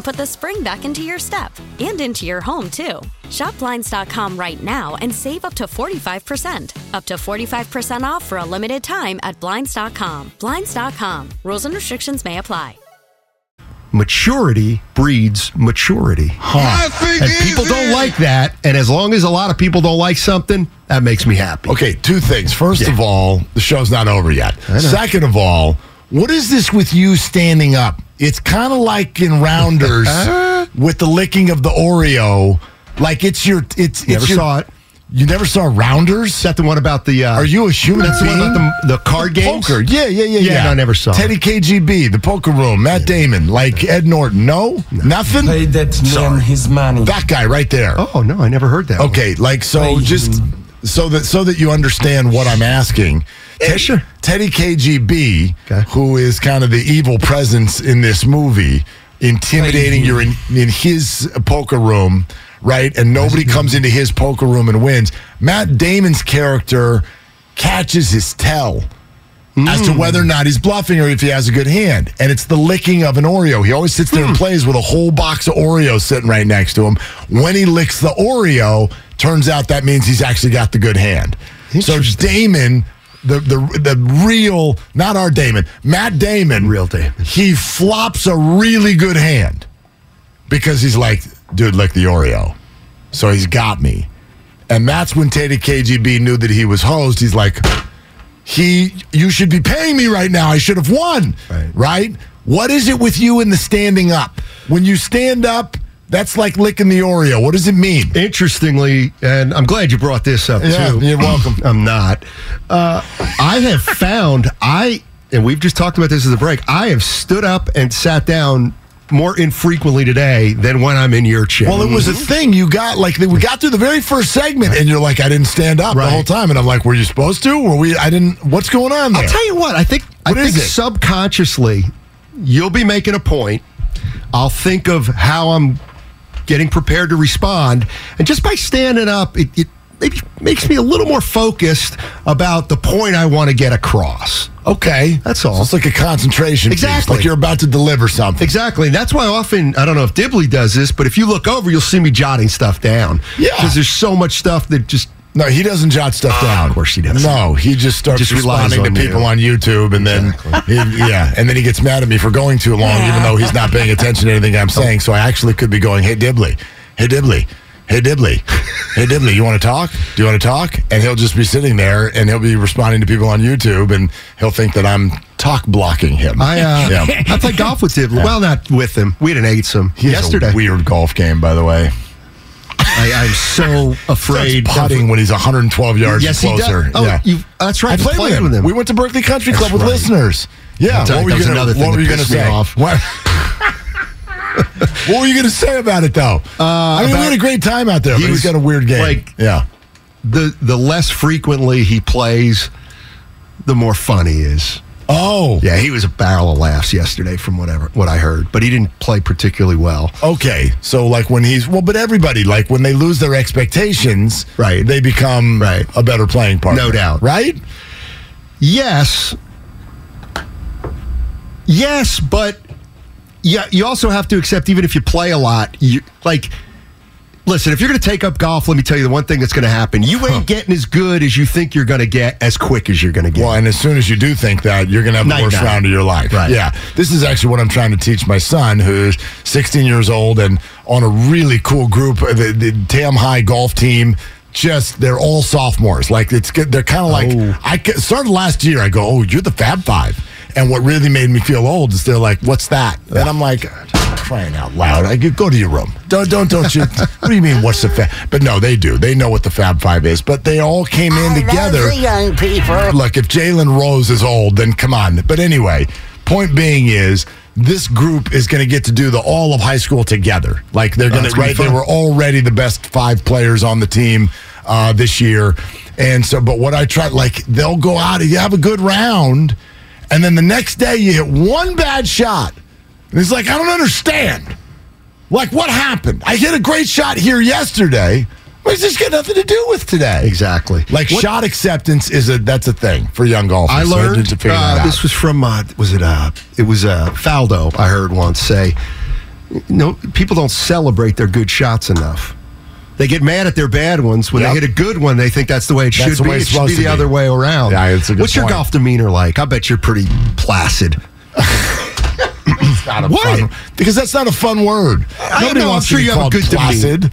[SPEAKER 8] put the spring back into your step and into your home, too. Shop Blinds.com right now and save up to 45%. Up to 45% off for a limited time at Blinds.com. Blinds.com. Rules and restrictions may apply.
[SPEAKER 1] Maturity breeds maturity.
[SPEAKER 3] Huh.
[SPEAKER 1] And people don't like that. And as long as a lot of people don't like something, that makes me happy.
[SPEAKER 3] Okay, two things. First of all, the show's not over yet. Second of all, what is this with you standing up? It's kind of like in Rounders
[SPEAKER 1] Uh-huh.
[SPEAKER 3] with the licking of the Oreo. Like it's your it's
[SPEAKER 1] Never
[SPEAKER 3] it's your-
[SPEAKER 1] saw it.
[SPEAKER 3] You never saw Rounders?
[SPEAKER 1] That the one about the. Uh,
[SPEAKER 3] Are you a human
[SPEAKER 1] That's the one
[SPEAKER 3] being?
[SPEAKER 1] about the, the card games?
[SPEAKER 3] Poker. Yeah, yeah, yeah,
[SPEAKER 1] Yeah,
[SPEAKER 3] yeah.
[SPEAKER 1] no, I never saw it.
[SPEAKER 3] Teddy KGB, The Poker Room, Matt Damon, like Ed Norton. No, nothing.
[SPEAKER 9] that man his money.
[SPEAKER 3] That guy right there.
[SPEAKER 1] Oh no, I never heard that. one.
[SPEAKER 3] Okay, like so, just so that so that you understand what I'm asking.
[SPEAKER 1] Yeah,
[SPEAKER 3] Ted-
[SPEAKER 1] sure.
[SPEAKER 3] Teddy KGB,
[SPEAKER 1] Okay.
[SPEAKER 3] who is kind of the evil presence in this movie, intimidating you're in, in his poker room, right? And nobody comes into his poker room and wins. Matt Damon's character catches his tell as
[SPEAKER 1] Mm.
[SPEAKER 3] to whether or not he's bluffing or if he has a good hand. And it's the licking of an Oreo. He always sits there
[SPEAKER 1] Hmm.
[SPEAKER 3] and plays with a whole box of Oreos sitting right next to him. When he licks the Oreo, turns out that means he's actually got the good hand. So Damon, the the the real, not our Damon, Matt Damon,
[SPEAKER 1] Real Damon.
[SPEAKER 3] he flops a really good hand because he's like, dude, lick the Oreo. So he's got me. And that's when Teddy KGB knew that he was hosed. He's like, he, you should be paying me right now. I should have won.
[SPEAKER 1] Right.
[SPEAKER 3] What is it with you in the standing up? When you stand up, that's like licking the Oreo. What does it mean?
[SPEAKER 1] Interestingly, and I'm glad you brought this up
[SPEAKER 3] Yeah,
[SPEAKER 1] too.
[SPEAKER 3] you're welcome.
[SPEAKER 1] I'm not. Uh, I have found I, and we've just talked about this as a break. I have stood up and sat down more infrequently today than when I'm in your chair.
[SPEAKER 3] Well, it was a thing you got. Like we got through the very first segment, and you're like, I didn't stand up
[SPEAKER 1] Right.
[SPEAKER 3] the whole time. And I'm like, Were you supposed to? Were we? I didn't. What's going on there?
[SPEAKER 1] I'll tell you what. I think
[SPEAKER 3] What
[SPEAKER 1] I
[SPEAKER 3] is
[SPEAKER 1] think
[SPEAKER 3] it?
[SPEAKER 1] subconsciously, you'll be making a point. I'll think of how I'm getting prepared to respond, and just by standing up, it, it maybe makes me a little more focused about the point I want to get across.
[SPEAKER 3] Okay,
[SPEAKER 1] That's all.
[SPEAKER 3] So it's like a concentration. piece,
[SPEAKER 1] Exactly.
[SPEAKER 3] like you're about to deliver something.
[SPEAKER 1] Exactly. And that's why often, I don't know if Dibley does this, but if you look over, you'll see me jotting stuff down.
[SPEAKER 3] Yeah.
[SPEAKER 1] Because there's so much stuff that just, Ah,
[SPEAKER 3] No, he doesn't jot stuff down.
[SPEAKER 1] of course he doesn't.
[SPEAKER 3] No, he just starts
[SPEAKER 1] Just relies
[SPEAKER 3] responding to
[SPEAKER 1] on you.
[SPEAKER 3] people on YouTube, and then he- yeah, and then he gets mad at me for going too long, even though he's not paying attention to anything I'm saying. So I actually could be going, "Hey Dibley, hey Dibley, hey Dibley, hey Dibley, you want to talk? Do you want to talk?" And he'll just be sitting there, and he'll be responding to people on YouTube, and he'll think that I'm talk blocking him.
[SPEAKER 1] I, uh,
[SPEAKER 3] Yeah.
[SPEAKER 1] I played golf with Dibley. Well, not with him. We had an eightsome
[SPEAKER 3] He has a
[SPEAKER 1] yesterday.
[SPEAKER 3] weird golf game, by the way.
[SPEAKER 1] I, I'm so afraid.
[SPEAKER 3] Starts putting when he's 112 yards
[SPEAKER 1] Yes,
[SPEAKER 3] and closer.
[SPEAKER 1] he does. Oh,
[SPEAKER 3] yeah.
[SPEAKER 1] you, that's right.
[SPEAKER 3] I
[SPEAKER 1] you
[SPEAKER 3] played, with, him. We went to Berkeley Country Club
[SPEAKER 1] That's
[SPEAKER 3] with
[SPEAKER 1] right.
[SPEAKER 3] listeners. Yeah,
[SPEAKER 1] That's right.
[SPEAKER 3] what were
[SPEAKER 1] That
[SPEAKER 3] you
[SPEAKER 1] was
[SPEAKER 3] gonna,
[SPEAKER 1] another thing
[SPEAKER 3] what
[SPEAKER 1] that
[SPEAKER 3] were you gonna
[SPEAKER 1] pissed me
[SPEAKER 3] say?
[SPEAKER 1] off.
[SPEAKER 3] What, What were you going to say about it though?
[SPEAKER 1] Uh,
[SPEAKER 3] I mean, we
[SPEAKER 1] about-
[SPEAKER 3] had a great time out there.
[SPEAKER 1] He
[SPEAKER 3] but
[SPEAKER 1] was
[SPEAKER 3] he's got a weird game.
[SPEAKER 1] like-
[SPEAKER 3] yeah,
[SPEAKER 1] the, the less frequently he plays, the more fun he is.
[SPEAKER 3] oh,
[SPEAKER 1] Yeah, he was a barrel of laughs yesterday from whatever what I heard, but he didn't play particularly well.
[SPEAKER 3] okay. So like when he's well, but everybody like when they lose their expectations,
[SPEAKER 1] Right.
[SPEAKER 3] They become
[SPEAKER 1] Right.
[SPEAKER 3] a better playing partner,
[SPEAKER 1] No doubt.
[SPEAKER 3] right?
[SPEAKER 1] Yes. Yes, but yeah, you also have to accept even if you play a lot, you like listen, if you're going to take up golf, let me tell you the one thing that's going to happen. You ain't getting as good as you think you're going to get as quick as you're going to get.
[SPEAKER 3] Well, and as soon as you do think that, you're going to have the
[SPEAKER 1] Night,
[SPEAKER 3] worst
[SPEAKER 1] night.
[SPEAKER 3] round of your life.
[SPEAKER 1] Right.
[SPEAKER 3] Yeah. This is actually what I'm trying to teach my son, who's 16 years old and on a really cool group, uh, the, the Tam High golf team. Just they're all sophomores. Like it's good. They're kind of like I ca- started last year. I go, oh, you're the Fab Five. And what really made me feel old is they're like, what's that? And I'm like, crying out loud. I go, go to your room. Don't don't don't you. what do you mean? What's the Fab? But no, they do. They know what the Fab Five is. But they all came in together.
[SPEAKER 9] young people.
[SPEAKER 3] Look, if Jalen Rose is old, then come on. But anyway, point being is this group is going to get to do the all of high school together. Like they're going
[SPEAKER 1] that's
[SPEAKER 3] to
[SPEAKER 1] gonna be
[SPEAKER 3] right. They
[SPEAKER 1] fun.
[SPEAKER 3] were already the best five players on the team uh, this year, and so. But what I try like they'll go out and you have a good round, and then the next day you hit one bad shot, and it's like I don't understand. Like, what happened? I hit a great shot here yesterday. What's this got nothing to do with today?
[SPEAKER 1] Exactly.
[SPEAKER 3] Like
[SPEAKER 1] What-
[SPEAKER 3] shot acceptance is a that's a thing for young golfers.
[SPEAKER 1] I
[SPEAKER 3] so
[SPEAKER 1] learned
[SPEAKER 3] need to figure
[SPEAKER 1] uh,
[SPEAKER 3] that out.
[SPEAKER 1] this was from uh, was it uh, it was uh, Faldo I heard once say, "No, people don't celebrate their good shots enough. They get mad at their bad ones. When
[SPEAKER 3] Yep.
[SPEAKER 1] they hit a good one, they think that's the way it
[SPEAKER 3] That's
[SPEAKER 1] should
[SPEAKER 3] the
[SPEAKER 1] be.
[SPEAKER 3] way
[SPEAKER 1] It
[SPEAKER 3] it's
[SPEAKER 1] should be
[SPEAKER 3] supposed
[SPEAKER 1] the
[SPEAKER 3] to be.
[SPEAKER 1] other way around.
[SPEAKER 3] Yeah, it's a good
[SPEAKER 1] What's your
[SPEAKER 3] point.
[SPEAKER 1] golf demeanor like? I bet you're pretty placid.
[SPEAKER 3] It's not a
[SPEAKER 1] Why?
[SPEAKER 3] fun- because that's not a fun word.
[SPEAKER 1] I
[SPEAKER 3] Nobody
[SPEAKER 1] know, I'm
[SPEAKER 3] wants
[SPEAKER 1] sure
[SPEAKER 3] to be
[SPEAKER 1] you have a
[SPEAKER 3] called
[SPEAKER 1] good demeanor.
[SPEAKER 3] placid.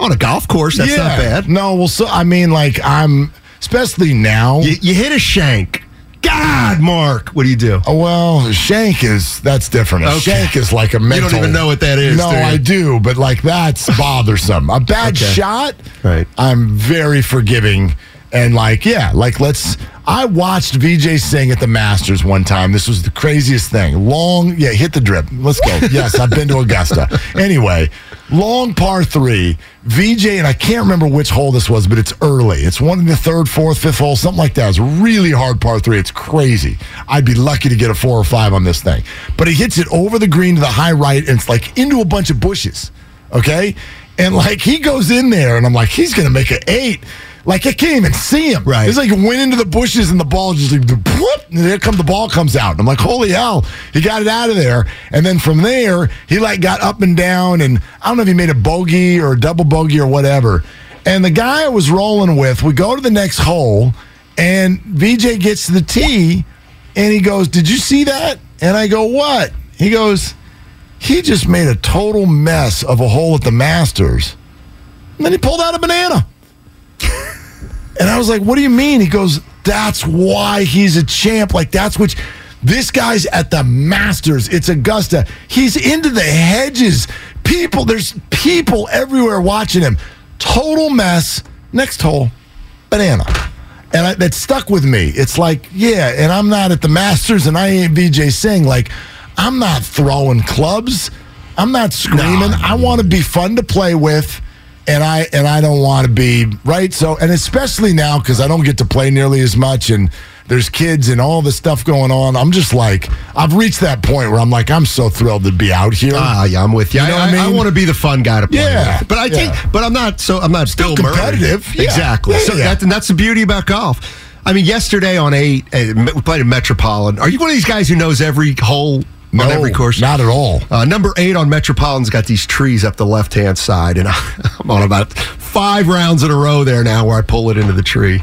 [SPEAKER 1] On a golf course, that's not
[SPEAKER 3] Yeah.
[SPEAKER 1] bad.
[SPEAKER 3] No, well, so I mean, like I'm especially now.
[SPEAKER 1] You, you hit a shank. God, Mark, what do you do?
[SPEAKER 3] Oh, well, shank is that's different. A
[SPEAKER 1] Okay.
[SPEAKER 3] Shank is like a
[SPEAKER 1] You don't
[SPEAKER 3] mental.
[SPEAKER 1] even know what that is,
[SPEAKER 3] No,
[SPEAKER 1] do you?
[SPEAKER 3] I do, but like that's bothersome. A bad
[SPEAKER 1] Okay.
[SPEAKER 3] shot.
[SPEAKER 1] Right.
[SPEAKER 3] I'm very forgiving and like yeah, like let's. I watched VJ Singh at the Masters one time. This was the craziest thing. Long, yeah, hit the drip. Let's go. Yes, I've been to Augusta. Anyway, long par three. VJ, and I can't remember which hole this was, but it's early. It's one in the third, fourth, fifth hole, something like that. It's a really hard par three. It's crazy. I'd be lucky to get a four or five on this thing. But he hits it over the green to the high right, and it's like into a bunch of bushes. Okay. And like he goes in there, and I'm like, he's going to make an eight. Like I can't even see him.
[SPEAKER 1] Right.
[SPEAKER 3] It's like it went into the bushes and the ball just like, whoop, and there come the ball comes out. And I'm like, holy hell, he got it out of there. And then from there, he like got up and down, and I don't know if he made a bogey or a double bogey or whatever. And the guy I was rolling with, we go to the next hole, and VJ gets to the tee, and he goes, "Did you see that?" And I go, "What?" He goes, "He just made a total mess of a hole at the Masters." And then he pulled out a banana. And I was like, what do you mean? He goes, that's why he's a champ. Like, that's which this guy's at the Masters. It's Augusta. He's into the hedges. People, there's people everywhere watching him. Total mess. Next hole, banana. And I, that stuck with me. It's like, yeah, and I'm not at the Masters and I ain't VJ Singh. Like, I'm not throwing clubs. I'm not screaming. I want to be fun to play with and I and I don't want to be right. So and especially now because I don't get to play nearly as much, and there's kids and all this stuff going on. I'm just like I've reached that point where I'm like I'm so thrilled to be out here.
[SPEAKER 1] Ah, yeah, I'm with you.
[SPEAKER 3] You know
[SPEAKER 1] I,
[SPEAKER 3] what I
[SPEAKER 1] I,
[SPEAKER 3] mean?
[SPEAKER 1] want to be the fun guy to play.
[SPEAKER 3] Yeah,
[SPEAKER 1] with. but I
[SPEAKER 3] yeah.
[SPEAKER 1] think, but I'm not. So I'm not still
[SPEAKER 3] competitive, yeah.
[SPEAKER 1] Exactly.
[SPEAKER 3] Yeah,
[SPEAKER 1] so
[SPEAKER 3] yeah.
[SPEAKER 1] That, and that's the beauty about golf. I mean, yesterday on eight, uh, we played at Metropolitan. Are you one of these guys who knows every hole on every course?
[SPEAKER 3] not at all.
[SPEAKER 1] Uh, number eight on Metropolitan's got these trees up the left hand side, and I, I'm on about five rounds in a row there now where I pull it into the tree.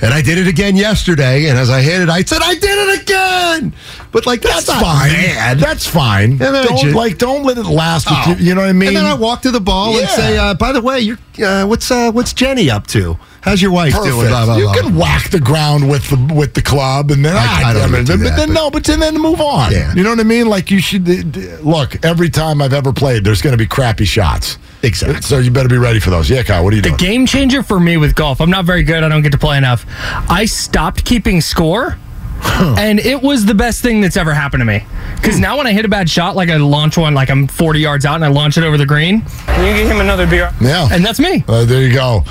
[SPEAKER 1] And I did it again yesterday, and as I hit it, I said, I did it again! But, like, that's,
[SPEAKER 3] That's
[SPEAKER 1] not
[SPEAKER 3] fine.
[SPEAKER 1] bad.
[SPEAKER 3] That's fine.
[SPEAKER 1] Yeah, no,
[SPEAKER 3] Don't,
[SPEAKER 1] ju-
[SPEAKER 3] like don't let it last. with
[SPEAKER 1] Oh.
[SPEAKER 3] you, you know what I mean?
[SPEAKER 1] And then I walk to the ball and
[SPEAKER 3] Yeah.
[SPEAKER 1] say, uh, "By the way, you're, uh, what's uh, what's Jenny up to? How's your wife
[SPEAKER 3] Perfect.
[SPEAKER 1] doing?" Blah, blah,
[SPEAKER 3] you
[SPEAKER 1] blah.
[SPEAKER 3] can whack the ground with the with the club, and then
[SPEAKER 1] I-
[SPEAKER 3] ah,
[SPEAKER 1] I don't
[SPEAKER 3] damn
[SPEAKER 1] really
[SPEAKER 3] it.
[SPEAKER 1] do
[SPEAKER 3] but
[SPEAKER 1] that,
[SPEAKER 3] then
[SPEAKER 1] but-
[SPEAKER 3] no, but then, then move on.
[SPEAKER 1] Yeah.
[SPEAKER 3] You know what I mean? Like you should d- d- look. Every time I've ever played, there's going to be crappy shots.
[SPEAKER 1] Exactly.
[SPEAKER 3] So you better be ready for those. Yeah, Kyle. What are you
[SPEAKER 5] The
[SPEAKER 3] doing?
[SPEAKER 5] game changer for me with golf, I'm not very good. I don't get to play enough. I stopped keeping score, and it was the best thing that's ever happened to me. Because
[SPEAKER 3] Hmm.
[SPEAKER 5] now when I hit a bad shot, like I launch one, like I'm 40 yards out and I launch it over the green, and you get him another beer.
[SPEAKER 3] Yeah.
[SPEAKER 5] And that's me.
[SPEAKER 3] Uh, there you go.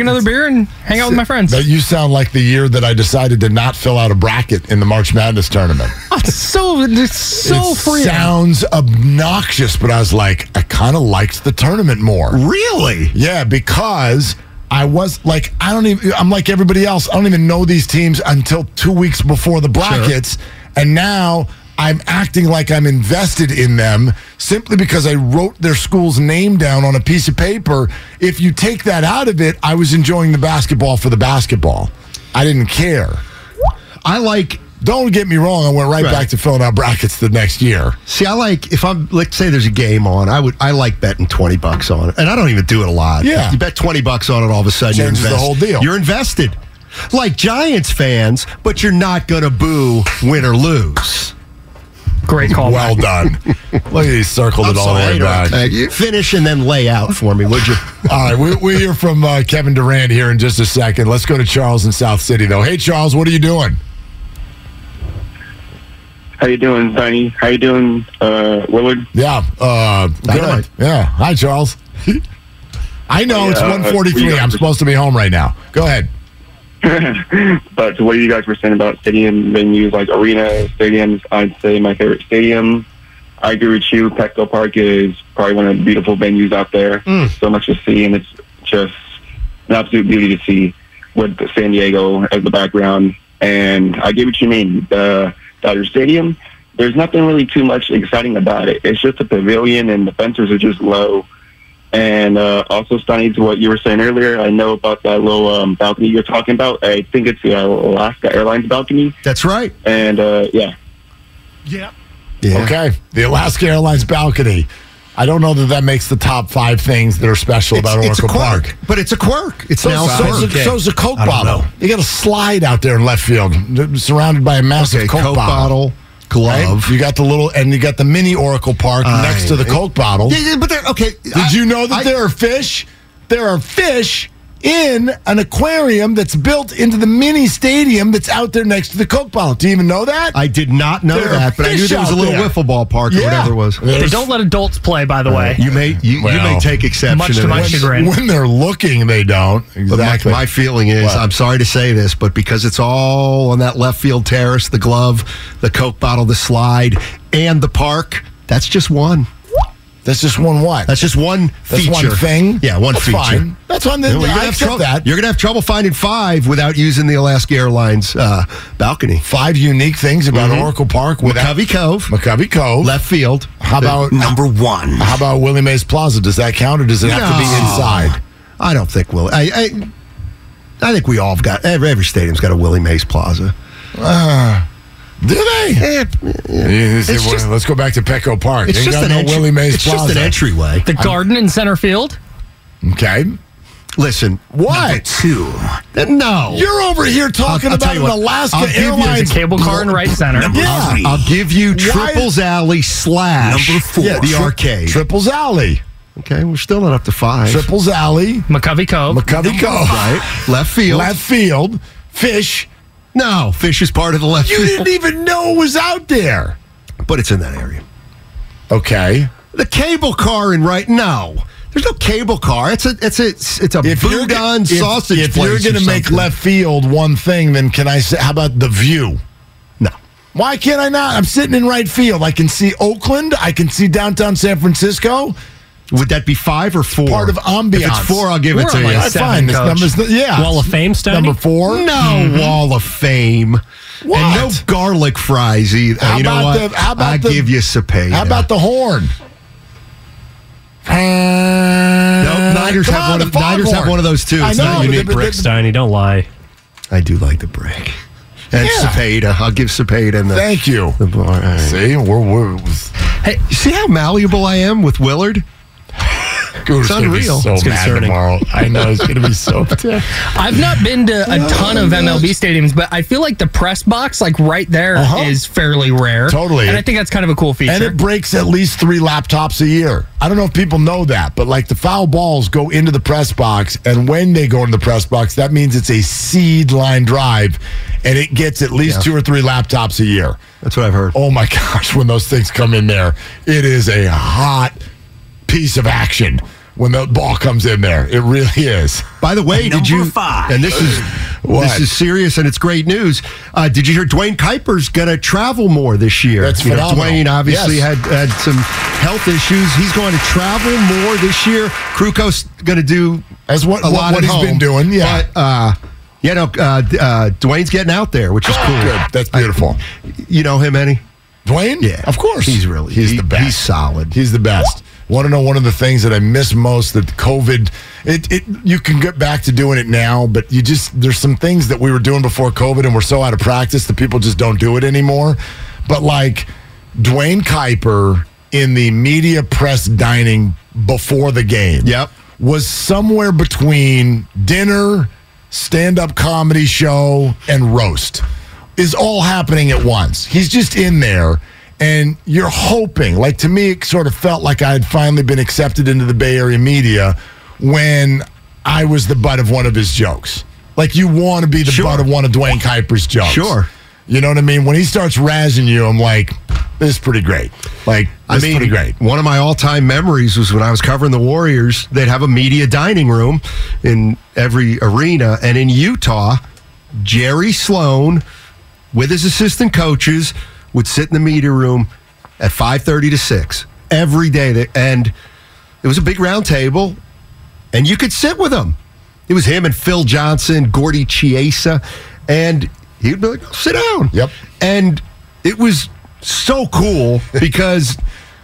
[SPEAKER 3] I-
[SPEAKER 5] another beer and hang out with my friends.
[SPEAKER 3] That you sound like the year that I decided to not fill out a bracket in the March Madness tournament.
[SPEAKER 5] Oh, it's so it's so
[SPEAKER 3] it
[SPEAKER 5] free.
[SPEAKER 3] sounds obnoxious, but I was like, I kind of liked the tournament more.
[SPEAKER 1] really.
[SPEAKER 3] Yeah, because I was like, I don't even, I'm like everybody else. I don't even know these teams until two weeks before the brackets. And now I'm acting like I'm invested in them simply because I wrote their school's name down on a piece of paper. If you take that out of it, I was enjoying the basketball for the basketball. I didn't care.
[SPEAKER 1] I like.
[SPEAKER 3] Don't get me wrong. I went right,
[SPEAKER 1] Right.
[SPEAKER 3] back to filling out brackets the next year.
[SPEAKER 1] See, I like if I'm let's say there's a game on, I would I like betting twenty bucks on it, and I don't even do it a lot.
[SPEAKER 3] Yeah.
[SPEAKER 1] you bet twenty bucks on it, all of a sudden
[SPEAKER 3] Changes the
[SPEAKER 1] you're invest-
[SPEAKER 3] whole deal.
[SPEAKER 1] You're invested, like Giants fans, but you're not gonna boo win or lose.
[SPEAKER 5] Great call.
[SPEAKER 3] Well done. Look at he circled it all the way back.
[SPEAKER 1] Thank you. Finish and then lay out for me, would you?
[SPEAKER 3] All right, we, we hear from uh, Kevin Durant here in just a second. Let's go to Charles in South City, though. Hey, Charles, what are you doing?
[SPEAKER 6] How you doing, Tony? How you doing, uh, Willard?
[SPEAKER 3] Yeah, uh,
[SPEAKER 1] Dynamite.
[SPEAKER 3] good. Yeah, hi, Charles. I know
[SPEAKER 1] Oh,
[SPEAKER 3] it's
[SPEAKER 6] Yeah, uh,
[SPEAKER 3] 143.
[SPEAKER 6] we-
[SPEAKER 3] I'm supposed to be home right now. Go ahead.
[SPEAKER 6] But to what you guys were saying about stadium venues like arena stadiums, I'd say my favorite stadium I agree with you. Petco Park is probably one of the beautiful venues out there. So much to see, and it's just an absolute beauty to see with San Diego as the background. And I get what you mean. The Dodger Stadium, there's nothing really too much exciting about it. It's just a pavilion, and the fences are just low. And uh, also, Stoney, to what you were saying earlier, I know about that little um, balcony you're talking about. I think it's the Alaska Airlines balcony.
[SPEAKER 1] That's right.
[SPEAKER 6] And uh, yeah,
[SPEAKER 3] Okay. The Alaska Airlines balcony. I don't know that that makes the top five things that are special
[SPEAKER 1] It's-
[SPEAKER 3] about Oracle
[SPEAKER 1] it's a quirk,
[SPEAKER 3] Park.
[SPEAKER 1] but it's a quirk. It's
[SPEAKER 3] so,
[SPEAKER 1] now a
[SPEAKER 3] so, is
[SPEAKER 1] quirk.
[SPEAKER 3] a, so is a Coke
[SPEAKER 1] I don't
[SPEAKER 3] bottle.
[SPEAKER 1] know.
[SPEAKER 3] You got a slide out there in left field, surrounded by a massive
[SPEAKER 1] Okay,
[SPEAKER 3] Coke,
[SPEAKER 1] Coke
[SPEAKER 3] bottle.
[SPEAKER 1] bottle, glove.
[SPEAKER 3] You got the little, and you got the mini Oracle Park next to the
[SPEAKER 1] I-
[SPEAKER 3] Coke bottle.
[SPEAKER 1] Yeah, yeah, but they're okay.
[SPEAKER 3] Did you know that there are fish? There are fish in an aquarium that's built into the mini stadium that's out there next to the Coke bottle. Do you even know that?
[SPEAKER 1] I did not know
[SPEAKER 3] There are
[SPEAKER 1] that, but I knew
[SPEAKER 3] fish
[SPEAKER 1] there was a
[SPEAKER 3] out
[SPEAKER 1] little
[SPEAKER 3] there.
[SPEAKER 1] wiffle ball park or
[SPEAKER 3] Yeah.
[SPEAKER 1] whatever it was.
[SPEAKER 5] They don't let adults play, by the way.
[SPEAKER 1] You may you, you may
[SPEAKER 3] Well,
[SPEAKER 1] take exception
[SPEAKER 5] much to
[SPEAKER 1] to
[SPEAKER 5] my
[SPEAKER 1] this.
[SPEAKER 5] chagrin. Brand.
[SPEAKER 3] When they're looking, they don't.
[SPEAKER 1] But my-
[SPEAKER 3] Exactly.
[SPEAKER 1] my, feeling is,
[SPEAKER 3] What?
[SPEAKER 1] I'm sorry to say this, but because it's all on that left field terrace, the glove, the Coke bottle, the slide, and the park, that's just one.
[SPEAKER 3] that's just one what?
[SPEAKER 1] That's just one
[SPEAKER 3] That's
[SPEAKER 1] feature.
[SPEAKER 3] one thing.
[SPEAKER 1] Yeah, one
[SPEAKER 3] That's
[SPEAKER 1] feature.
[SPEAKER 3] fine. That's one that
[SPEAKER 1] You're gonna
[SPEAKER 3] I
[SPEAKER 1] have
[SPEAKER 3] accept
[SPEAKER 1] trouble.
[SPEAKER 3] that.
[SPEAKER 1] You're gonna have trouble finding five without using the Alaska Airlines uh, balcony.
[SPEAKER 3] Five unique things about
[SPEAKER 1] Mhm.
[SPEAKER 3] Oracle Park with
[SPEAKER 1] McCovey Cove,
[SPEAKER 3] McCovey Cove.
[SPEAKER 1] left field.
[SPEAKER 3] How about
[SPEAKER 2] Number one.
[SPEAKER 3] how about Willie Mays Plaza? Does that count, or does it have to be
[SPEAKER 1] No.
[SPEAKER 3] inside?
[SPEAKER 1] I don't think Will. I, I, I think we all have got every, every stadium's got a Willie Mays Plaza.
[SPEAKER 3] Uh, Do they?
[SPEAKER 1] Eh,
[SPEAKER 3] You say,
[SPEAKER 1] It's
[SPEAKER 3] well,
[SPEAKER 1] just-
[SPEAKER 3] let's go back to Petco Park.
[SPEAKER 1] it's
[SPEAKER 3] Ain't
[SPEAKER 1] just
[SPEAKER 3] got
[SPEAKER 1] an
[SPEAKER 3] no
[SPEAKER 1] entry-
[SPEAKER 3] Willie Mays
[SPEAKER 1] It's
[SPEAKER 3] Plaza.
[SPEAKER 1] just an entryway.
[SPEAKER 5] the garden in center field.
[SPEAKER 3] Okay.
[SPEAKER 1] Listen,
[SPEAKER 3] What?
[SPEAKER 2] Two.
[SPEAKER 1] no,
[SPEAKER 3] You're over here talking
[SPEAKER 1] I'll
[SPEAKER 3] about
[SPEAKER 1] tell
[SPEAKER 3] an
[SPEAKER 1] you what.
[SPEAKER 3] Alaska
[SPEAKER 1] I'll give you-
[SPEAKER 5] There's
[SPEAKER 3] Airlines
[SPEAKER 5] a cable car in right center.
[SPEAKER 2] Number
[SPEAKER 3] Yeah.
[SPEAKER 2] three.
[SPEAKER 1] I'll give you Triples Alley slash
[SPEAKER 2] Number four.
[SPEAKER 1] Yeah, the
[SPEAKER 2] Tri-
[SPEAKER 1] arcade.
[SPEAKER 3] Triples Alley.
[SPEAKER 1] okay, we're still not up to five.
[SPEAKER 3] Triples Alley.
[SPEAKER 5] McCovey Cove.
[SPEAKER 3] McCovey Cove.
[SPEAKER 1] right, left field.
[SPEAKER 3] Left field. Fish.
[SPEAKER 1] No, Fish is part of the left
[SPEAKER 3] You
[SPEAKER 1] field,
[SPEAKER 3] didn't even know it was out there.
[SPEAKER 1] but it's in that area.
[SPEAKER 3] Okay.
[SPEAKER 1] The cable car in right now. There's no cable car. It's a it's a it's a
[SPEAKER 3] you're go-
[SPEAKER 1] boudin
[SPEAKER 3] if-
[SPEAKER 1] sausage
[SPEAKER 3] if,
[SPEAKER 1] place.
[SPEAKER 3] you're
[SPEAKER 1] going to
[SPEAKER 3] make left field one thing, then can I say, how about the view?
[SPEAKER 1] no.
[SPEAKER 3] Why can't I not? I'm sitting in right field. I can see Oakland. I can see downtown San Francisco.
[SPEAKER 1] Would that be five or four?
[SPEAKER 3] Part of ambiance.
[SPEAKER 1] If it's four, I'll give
[SPEAKER 5] We're
[SPEAKER 1] it to
[SPEAKER 5] on
[SPEAKER 1] you.
[SPEAKER 5] like
[SPEAKER 3] All right,
[SPEAKER 5] seven,
[SPEAKER 3] fine. This
[SPEAKER 5] coach.
[SPEAKER 3] number's the- yeah.
[SPEAKER 5] Wall of Fame study.
[SPEAKER 3] Number four. Mm-hmm.
[SPEAKER 1] No Wall of Fame. And no
[SPEAKER 3] What?
[SPEAKER 1] garlic fries either.
[SPEAKER 3] How
[SPEAKER 1] you know
[SPEAKER 3] about
[SPEAKER 1] what?
[SPEAKER 3] the- how about
[SPEAKER 1] I
[SPEAKER 3] the-
[SPEAKER 1] give you Cepeda.
[SPEAKER 3] How about the horn?
[SPEAKER 1] Nope, Niners,
[SPEAKER 3] Come
[SPEAKER 1] have,
[SPEAKER 3] on,
[SPEAKER 1] one of,
[SPEAKER 3] the
[SPEAKER 1] Niners have
[SPEAKER 3] foghorn.
[SPEAKER 1] one of those too.
[SPEAKER 3] I
[SPEAKER 1] It's
[SPEAKER 3] know,
[SPEAKER 1] not
[SPEAKER 3] but
[SPEAKER 1] unique.
[SPEAKER 3] the-
[SPEAKER 4] Brick Steiny, don't lie.
[SPEAKER 1] I do like the brick. And
[SPEAKER 3] Yeah.
[SPEAKER 1] Cepeda. I'll give Cepeda and the,
[SPEAKER 3] Thank you.
[SPEAKER 1] the bar. All right.
[SPEAKER 3] See, we're, we're
[SPEAKER 1] You see how malleable I am with Willard?
[SPEAKER 3] Goose gonna be
[SPEAKER 1] unreal.
[SPEAKER 3] so
[SPEAKER 4] It's
[SPEAKER 3] mad
[SPEAKER 4] concerning.
[SPEAKER 3] tomorrow. I know it's gonna be so. upset.
[SPEAKER 5] I've not been to a ton of MLB stadiums, but I feel like the press box, like right there, is
[SPEAKER 3] Uh-huh.
[SPEAKER 5] fairly rare.
[SPEAKER 3] Totally.
[SPEAKER 5] and I think that's kind of a cool feature.
[SPEAKER 3] And it breaks at least three laptops a year. I don't know if people know that, but like the foul balls go into the press box, and when they go into the press box, that means it's a seed line drive, and it gets at least two or three laptops a year.
[SPEAKER 1] That's what I've heard.
[SPEAKER 3] Oh my gosh, when those things come in there, it is a hot piece of action when the ball comes in there. It really is.
[SPEAKER 1] By the way, did
[SPEAKER 2] Number
[SPEAKER 1] you?
[SPEAKER 2] five.
[SPEAKER 1] And this is
[SPEAKER 3] What?
[SPEAKER 1] this is serious, and it's great news. Uh, did you hear Dwayne Kuiper's going to travel more this year?
[SPEAKER 3] That's
[SPEAKER 1] you know,
[SPEAKER 3] phenomenal.
[SPEAKER 1] Dwayne obviously
[SPEAKER 3] Yes.
[SPEAKER 1] had had some health issues. He's going to travel more this year. Kruko's going to do
[SPEAKER 3] As what-
[SPEAKER 1] a
[SPEAKER 3] what-
[SPEAKER 1] lot
[SPEAKER 3] what
[SPEAKER 1] at
[SPEAKER 3] he's
[SPEAKER 1] home,
[SPEAKER 3] been doing, yeah.
[SPEAKER 1] But, uh, you know, uh, d- uh, Dwayne's getting out there, which is cool.
[SPEAKER 3] Good. That's beautiful.
[SPEAKER 1] You know him, Eddie?
[SPEAKER 3] Dwayne?
[SPEAKER 1] Yeah.
[SPEAKER 3] Of course.
[SPEAKER 1] He's really-
[SPEAKER 3] he's
[SPEAKER 1] he-
[SPEAKER 3] the best.
[SPEAKER 1] he's solid.
[SPEAKER 3] He's the best. Want to know one of the things that I miss most that COVID it, it you can get back to doing it now, but you just there's some things that we were doing before COVID and we're so out of practice that people just don't do it anymore. But like Dwayne Kuiper in the media press dining before the game.
[SPEAKER 1] Yep.
[SPEAKER 3] Was somewhere between dinner, stand up comedy show, and roast is all happening at once. He's just in there, and you're hoping. Like to me, it sort of felt like I had finally been accepted into the Bay Area media when I was the butt of one of his jokes. Like you want to be the
[SPEAKER 1] Sure.
[SPEAKER 3] butt of one of Dwayne Kuiper's jokes.
[SPEAKER 1] Sure.
[SPEAKER 3] You know what I mean? When he starts razzing you, I'm like, this is pretty great. Like,
[SPEAKER 1] I
[SPEAKER 3] this is
[SPEAKER 1] mean,
[SPEAKER 3] pretty great.
[SPEAKER 1] One of my all-time memories was when I was covering the Warriors. They'd have a media dining room in every arena, and in Utah, Jerry Sloan, with his assistant coaches, would sit in the media room at 5.30 to 6 every day. That, and it was a big round table, and you could sit with him. It was him and Phil Johnson, Gordy Chiesa, and he'd be like, "Oh, sit down. Yep. And it was so cool because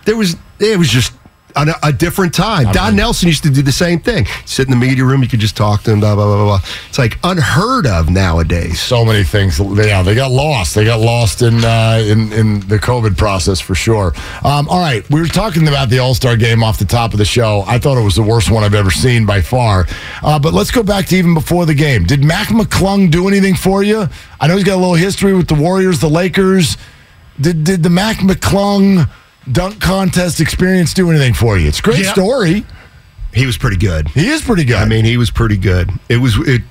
[SPEAKER 1] there was, it was just on a, a different time. Don Nelson used to do the same thing. Sit in the media room, you could just talk to him, blah, blah, blah, blah. blah. It's like unheard of nowadays.
[SPEAKER 3] So many things. Yeah, they got lost. They got lost in uh, in in the COVID process for sure. Um, all right, we were talking about the All Star Game off the top of the show. I thought it was the worst one I've ever seen by far. Uh, but let's go back to even before the game. Did Mac McClung do anything for you? I know he's got a little history with the Warriors, the Lakers. Did did the Mac McClung dunk contest experience do anything for you? It's a great
[SPEAKER 1] Yeah.
[SPEAKER 3] story.
[SPEAKER 1] He was pretty good.
[SPEAKER 3] He is pretty good.
[SPEAKER 1] I mean, he was pretty good. It was it,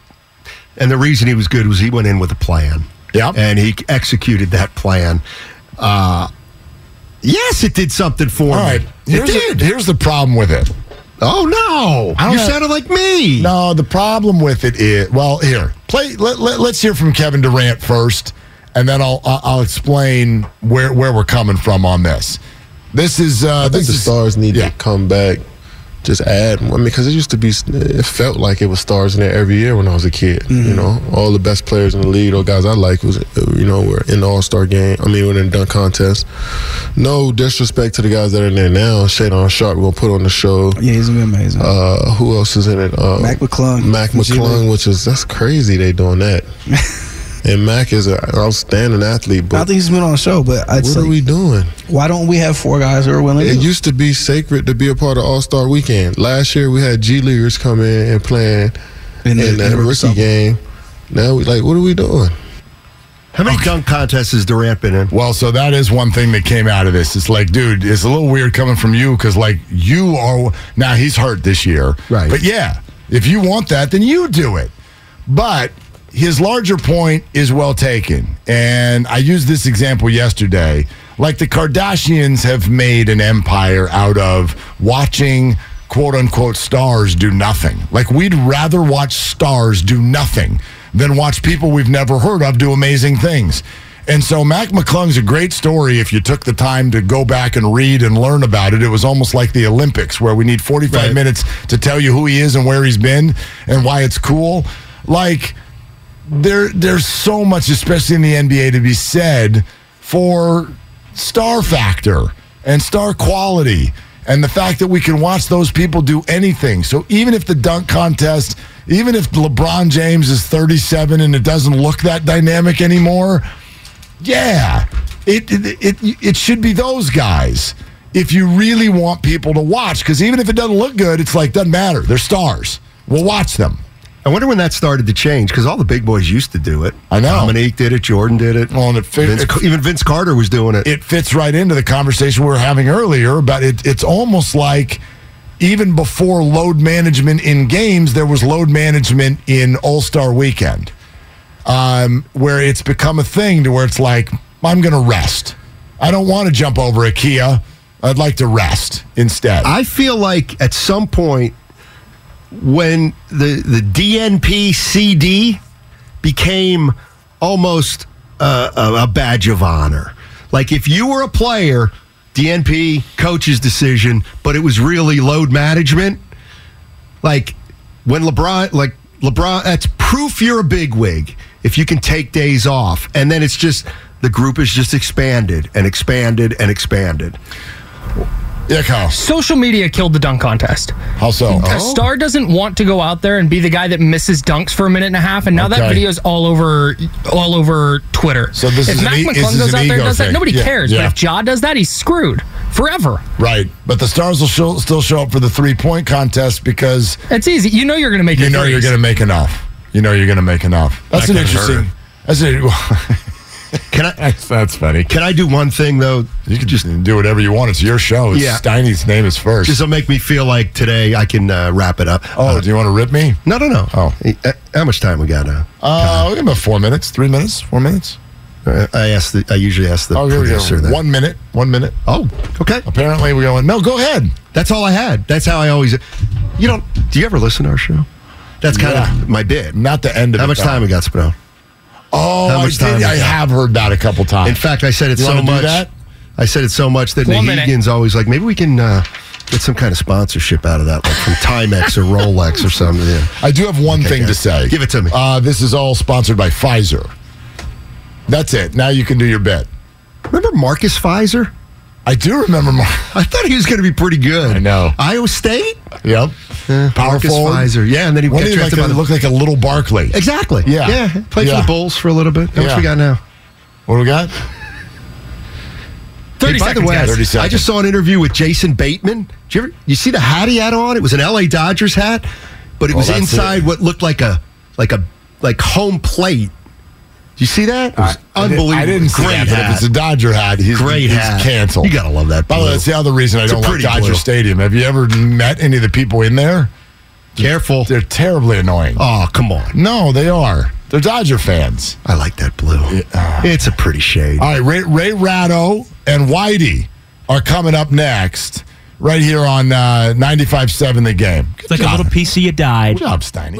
[SPEAKER 1] and the reason he was good was he went in with a plan.
[SPEAKER 3] Yeah,
[SPEAKER 1] and he executed that plan. Uh, yes, it did something for
[SPEAKER 3] All
[SPEAKER 1] me.
[SPEAKER 3] right.
[SPEAKER 1] It
[SPEAKER 3] Here's
[SPEAKER 1] did.
[SPEAKER 3] The, here's the problem with it.
[SPEAKER 1] Oh no!
[SPEAKER 3] I don't
[SPEAKER 1] you
[SPEAKER 3] know.
[SPEAKER 1] sounded like me.
[SPEAKER 3] No, the problem with it is well, here. Play let, let, us hear from Kevin Durant first and then I'll I'll I'll explain where where we're coming from on this. This is uh
[SPEAKER 10] I think
[SPEAKER 3] this
[SPEAKER 10] the
[SPEAKER 3] is
[SPEAKER 10] stars need
[SPEAKER 3] yeah.
[SPEAKER 10] to come back, just add. I mean, because it used to be, it felt like it was stars in there every year when I was a kid.
[SPEAKER 3] Mm-hmm.
[SPEAKER 10] You know, all the best players in the league, those guys I like, was uh, you know were in the All Star game. I mean, were in the dunk contest. No disrespect to the guys that are in there now. Shadon Sharp will put on the show.
[SPEAKER 11] Yeah, he's amazing.
[SPEAKER 10] Uh, who else is in it? Uh,
[SPEAKER 11] Mac McClung.
[SPEAKER 10] Mac
[SPEAKER 11] G-League.
[SPEAKER 10] McClung, which is that's crazy they doing that. and Mac is an outstanding athlete,
[SPEAKER 11] I
[SPEAKER 10] but
[SPEAKER 11] think he's been on the show, but I'd
[SPEAKER 10] What
[SPEAKER 11] say,
[SPEAKER 10] are we doing?
[SPEAKER 11] Why don't we have four guys who are willing?
[SPEAKER 10] It
[SPEAKER 11] to
[SPEAKER 10] used to be sacred to be a part of All Star Weekend. Last year we had G Leaguers come in and playing in,
[SPEAKER 11] the-
[SPEAKER 10] that
[SPEAKER 11] in the
[SPEAKER 10] rookie
[SPEAKER 11] summer.
[SPEAKER 10] game. Now we like, what are we doing?
[SPEAKER 1] How many dunk contests has Durant been in?
[SPEAKER 3] Well, so that is one thing that came out of this. It's like, dude, it's a little weird coming from you because, like, you are now he's hurt this year,
[SPEAKER 1] Right.
[SPEAKER 3] But yeah, if you want that, then you do it. But his larger point is well taken, and I used this example yesterday. Like the Kardashians have made an empire out of watching quote unquote stars do nothing. Like we'd rather watch stars do nothing than watch people we've never heard of do amazing things. And so Mac McClung's a great story if you took the time to go back and read and learn about it. It was almost like the Olympics where we need 45 minutes to tell you who he is and where he's been and why it's cool. Like there there's so much especially in the NBA to be said for star factor and star quality and the fact that we can watch those people do anything. So even if the dunk contest, even if LeBron James is 37 and it doesn't look that dynamic anymore, yeah, it it it, it should be those guys. If you really want people to watch, because even if it doesn't look good, it's like doesn't matter. They're stars. We'll watch them.
[SPEAKER 1] I wonder when that started to change because all the big boys used to do it.
[SPEAKER 3] I know.
[SPEAKER 1] Dominique did it. Jordan did it.
[SPEAKER 3] Well, and it fit-
[SPEAKER 1] Vince,
[SPEAKER 3] it-
[SPEAKER 1] even Vince Carter was doing it.
[SPEAKER 3] it fits right into the conversation we were having earlier about it. It's almost like even before load management in games, there was load management in All Star Weekend, um, where it's become a thing to where it's like I'm going to rest. I don't want to jump over a Kia. I'd like to rest instead.
[SPEAKER 1] I feel like at some point when the the DNP CD became almost uh, a, a badge of honor. Like if you were a player, DNP coach's decision, but it was really load management. Like when LeBron, like LeBron, that's proof you're a big wig if you can take days off, and then it's just the group is just expanded and expanded and expanded.
[SPEAKER 3] yeah, Kyle.
[SPEAKER 5] Social media killed the dunk contest.
[SPEAKER 3] How so?
[SPEAKER 1] Oh.
[SPEAKER 5] A star doesn't want to go out there and be the guy that misses dunks for a minute and a half, and now
[SPEAKER 3] Okay.
[SPEAKER 5] that video is all over all over Twitter.
[SPEAKER 3] So this
[SPEAKER 5] if
[SPEAKER 3] is an
[SPEAKER 5] Mac
[SPEAKER 3] e- this
[SPEAKER 5] McClung
[SPEAKER 3] is
[SPEAKER 5] goes
[SPEAKER 3] an
[SPEAKER 5] out there
[SPEAKER 3] ego
[SPEAKER 5] and does
[SPEAKER 3] thing.
[SPEAKER 5] that, nobody
[SPEAKER 3] Yeah,
[SPEAKER 5] cares.
[SPEAKER 3] yeah.
[SPEAKER 5] But if Ja does that, he's screwed forever.
[SPEAKER 3] Right, but the stars will show, still show up for the three point contest because
[SPEAKER 5] It's easy. You know you're going to make.
[SPEAKER 3] you
[SPEAKER 5] your
[SPEAKER 3] know you're
[SPEAKER 5] threes.
[SPEAKER 3] going to make enough. You know you're going to make enough. That's
[SPEAKER 1] That
[SPEAKER 3] an
[SPEAKER 1] could
[SPEAKER 3] interesting.
[SPEAKER 1] hurt.
[SPEAKER 3] That's a.
[SPEAKER 1] Can I?
[SPEAKER 3] That's, that's funny.
[SPEAKER 1] Can I do one thing though?
[SPEAKER 3] You can just do whatever you want. It's your show. It's
[SPEAKER 1] Yeah.
[SPEAKER 3] Steiny's name is first.
[SPEAKER 1] Just will make me feel like today I can uh, wrap it up.
[SPEAKER 3] oh,
[SPEAKER 1] Uh,
[SPEAKER 3] do you want to rip me?
[SPEAKER 1] no, no, no.
[SPEAKER 3] Oh.
[SPEAKER 1] Hey, uh, how much time we got now?
[SPEAKER 3] Uh, we have about four minutes, three minutes, four minutes.
[SPEAKER 1] Uh, I asked. The, I usually ask the
[SPEAKER 3] Oh, here we
[SPEAKER 1] producer
[SPEAKER 3] go.
[SPEAKER 1] that.
[SPEAKER 3] One minute, one minute.
[SPEAKER 1] Oh, okay.
[SPEAKER 3] Apparently, we're going, no, go ahead.
[SPEAKER 1] That's all I had. That's how I always. You don't. Do you ever listen to our show? That's kind
[SPEAKER 3] Yeah.
[SPEAKER 1] of my bid.
[SPEAKER 3] Not the end of
[SPEAKER 1] How
[SPEAKER 3] it,
[SPEAKER 1] much
[SPEAKER 3] though.
[SPEAKER 1] time we got, Spino?
[SPEAKER 3] Oh,
[SPEAKER 1] How
[SPEAKER 3] I,
[SPEAKER 1] much
[SPEAKER 3] did-
[SPEAKER 1] time we
[SPEAKER 3] I
[SPEAKER 1] got?
[SPEAKER 3] have heard that a couple times.
[SPEAKER 1] In fact, I said it
[SPEAKER 3] You
[SPEAKER 1] so
[SPEAKER 3] wanna do
[SPEAKER 1] much.
[SPEAKER 3] that? I said it so much that
[SPEAKER 12] One
[SPEAKER 3] Nahegan's always like, maybe we can uh, get some kind of sponsorship out of that, like from Timex or Rolex or something. Yeah.
[SPEAKER 2] I do have one
[SPEAKER 3] Okay,
[SPEAKER 2] thing
[SPEAKER 3] guys.
[SPEAKER 2] to say.
[SPEAKER 3] Give it to me.
[SPEAKER 2] Uh, this is all sponsored by Pfizer. That's it. Now you can do your bet.
[SPEAKER 3] Remember Marcus Pfizer?
[SPEAKER 2] I do remember. Mar-
[SPEAKER 3] I thought he was going to be pretty good. I
[SPEAKER 2] know.
[SPEAKER 3] Iowa State?
[SPEAKER 2] Yep.
[SPEAKER 3] Yeah,
[SPEAKER 2] Power
[SPEAKER 3] Marcus
[SPEAKER 2] forward.
[SPEAKER 3] Pfizer. Yeah, and then he
[SPEAKER 2] What
[SPEAKER 3] got
[SPEAKER 2] do you like
[SPEAKER 3] drafted by
[SPEAKER 2] to
[SPEAKER 3] the-
[SPEAKER 2] look like a little Barkley.
[SPEAKER 3] Exactly.
[SPEAKER 2] Yeah.
[SPEAKER 3] Yeah. Played
[SPEAKER 2] Yeah.
[SPEAKER 3] for the Bulls for a little bit. How
[SPEAKER 2] Yeah.
[SPEAKER 3] much we got now?
[SPEAKER 2] What do we got?
[SPEAKER 3] Hey, by the way, I just saw an interview with Jason Bateman. Did you, ever, you see the hat he had on? It was an LA Dodgers hat, but it
[SPEAKER 2] Oh,
[SPEAKER 3] was
[SPEAKER 2] that's
[SPEAKER 3] inside
[SPEAKER 2] it.
[SPEAKER 3] what looked like a like a like home plate. Did you see that? It was
[SPEAKER 2] I didn't-
[SPEAKER 3] unbelievable.
[SPEAKER 2] I didn't see
[SPEAKER 3] Great
[SPEAKER 2] that, but
[SPEAKER 3] hat.
[SPEAKER 2] if it's a Dodger hat, he's,
[SPEAKER 3] Great
[SPEAKER 2] he's
[SPEAKER 3] hat.
[SPEAKER 2] canceled.
[SPEAKER 3] You gotta love that
[SPEAKER 2] By the way,
[SPEAKER 3] blue.
[SPEAKER 2] that's the other reason I
[SPEAKER 3] It's a
[SPEAKER 2] don't like
[SPEAKER 3] pretty
[SPEAKER 2] Dodger
[SPEAKER 3] blue.
[SPEAKER 2] Stadium. Have you ever met any of the people in there?
[SPEAKER 3] Careful.
[SPEAKER 2] They're terribly annoying.
[SPEAKER 3] Oh, come on.
[SPEAKER 2] No, they are. They're Dodger fans.
[SPEAKER 3] I like that blue. It's a pretty shade.
[SPEAKER 2] All right, Ray, Ray Ratto and Whitey are coming up next, right here on uh, 95.7 The Game. Good
[SPEAKER 5] It's like a little piece of you died.
[SPEAKER 2] job, Steiny.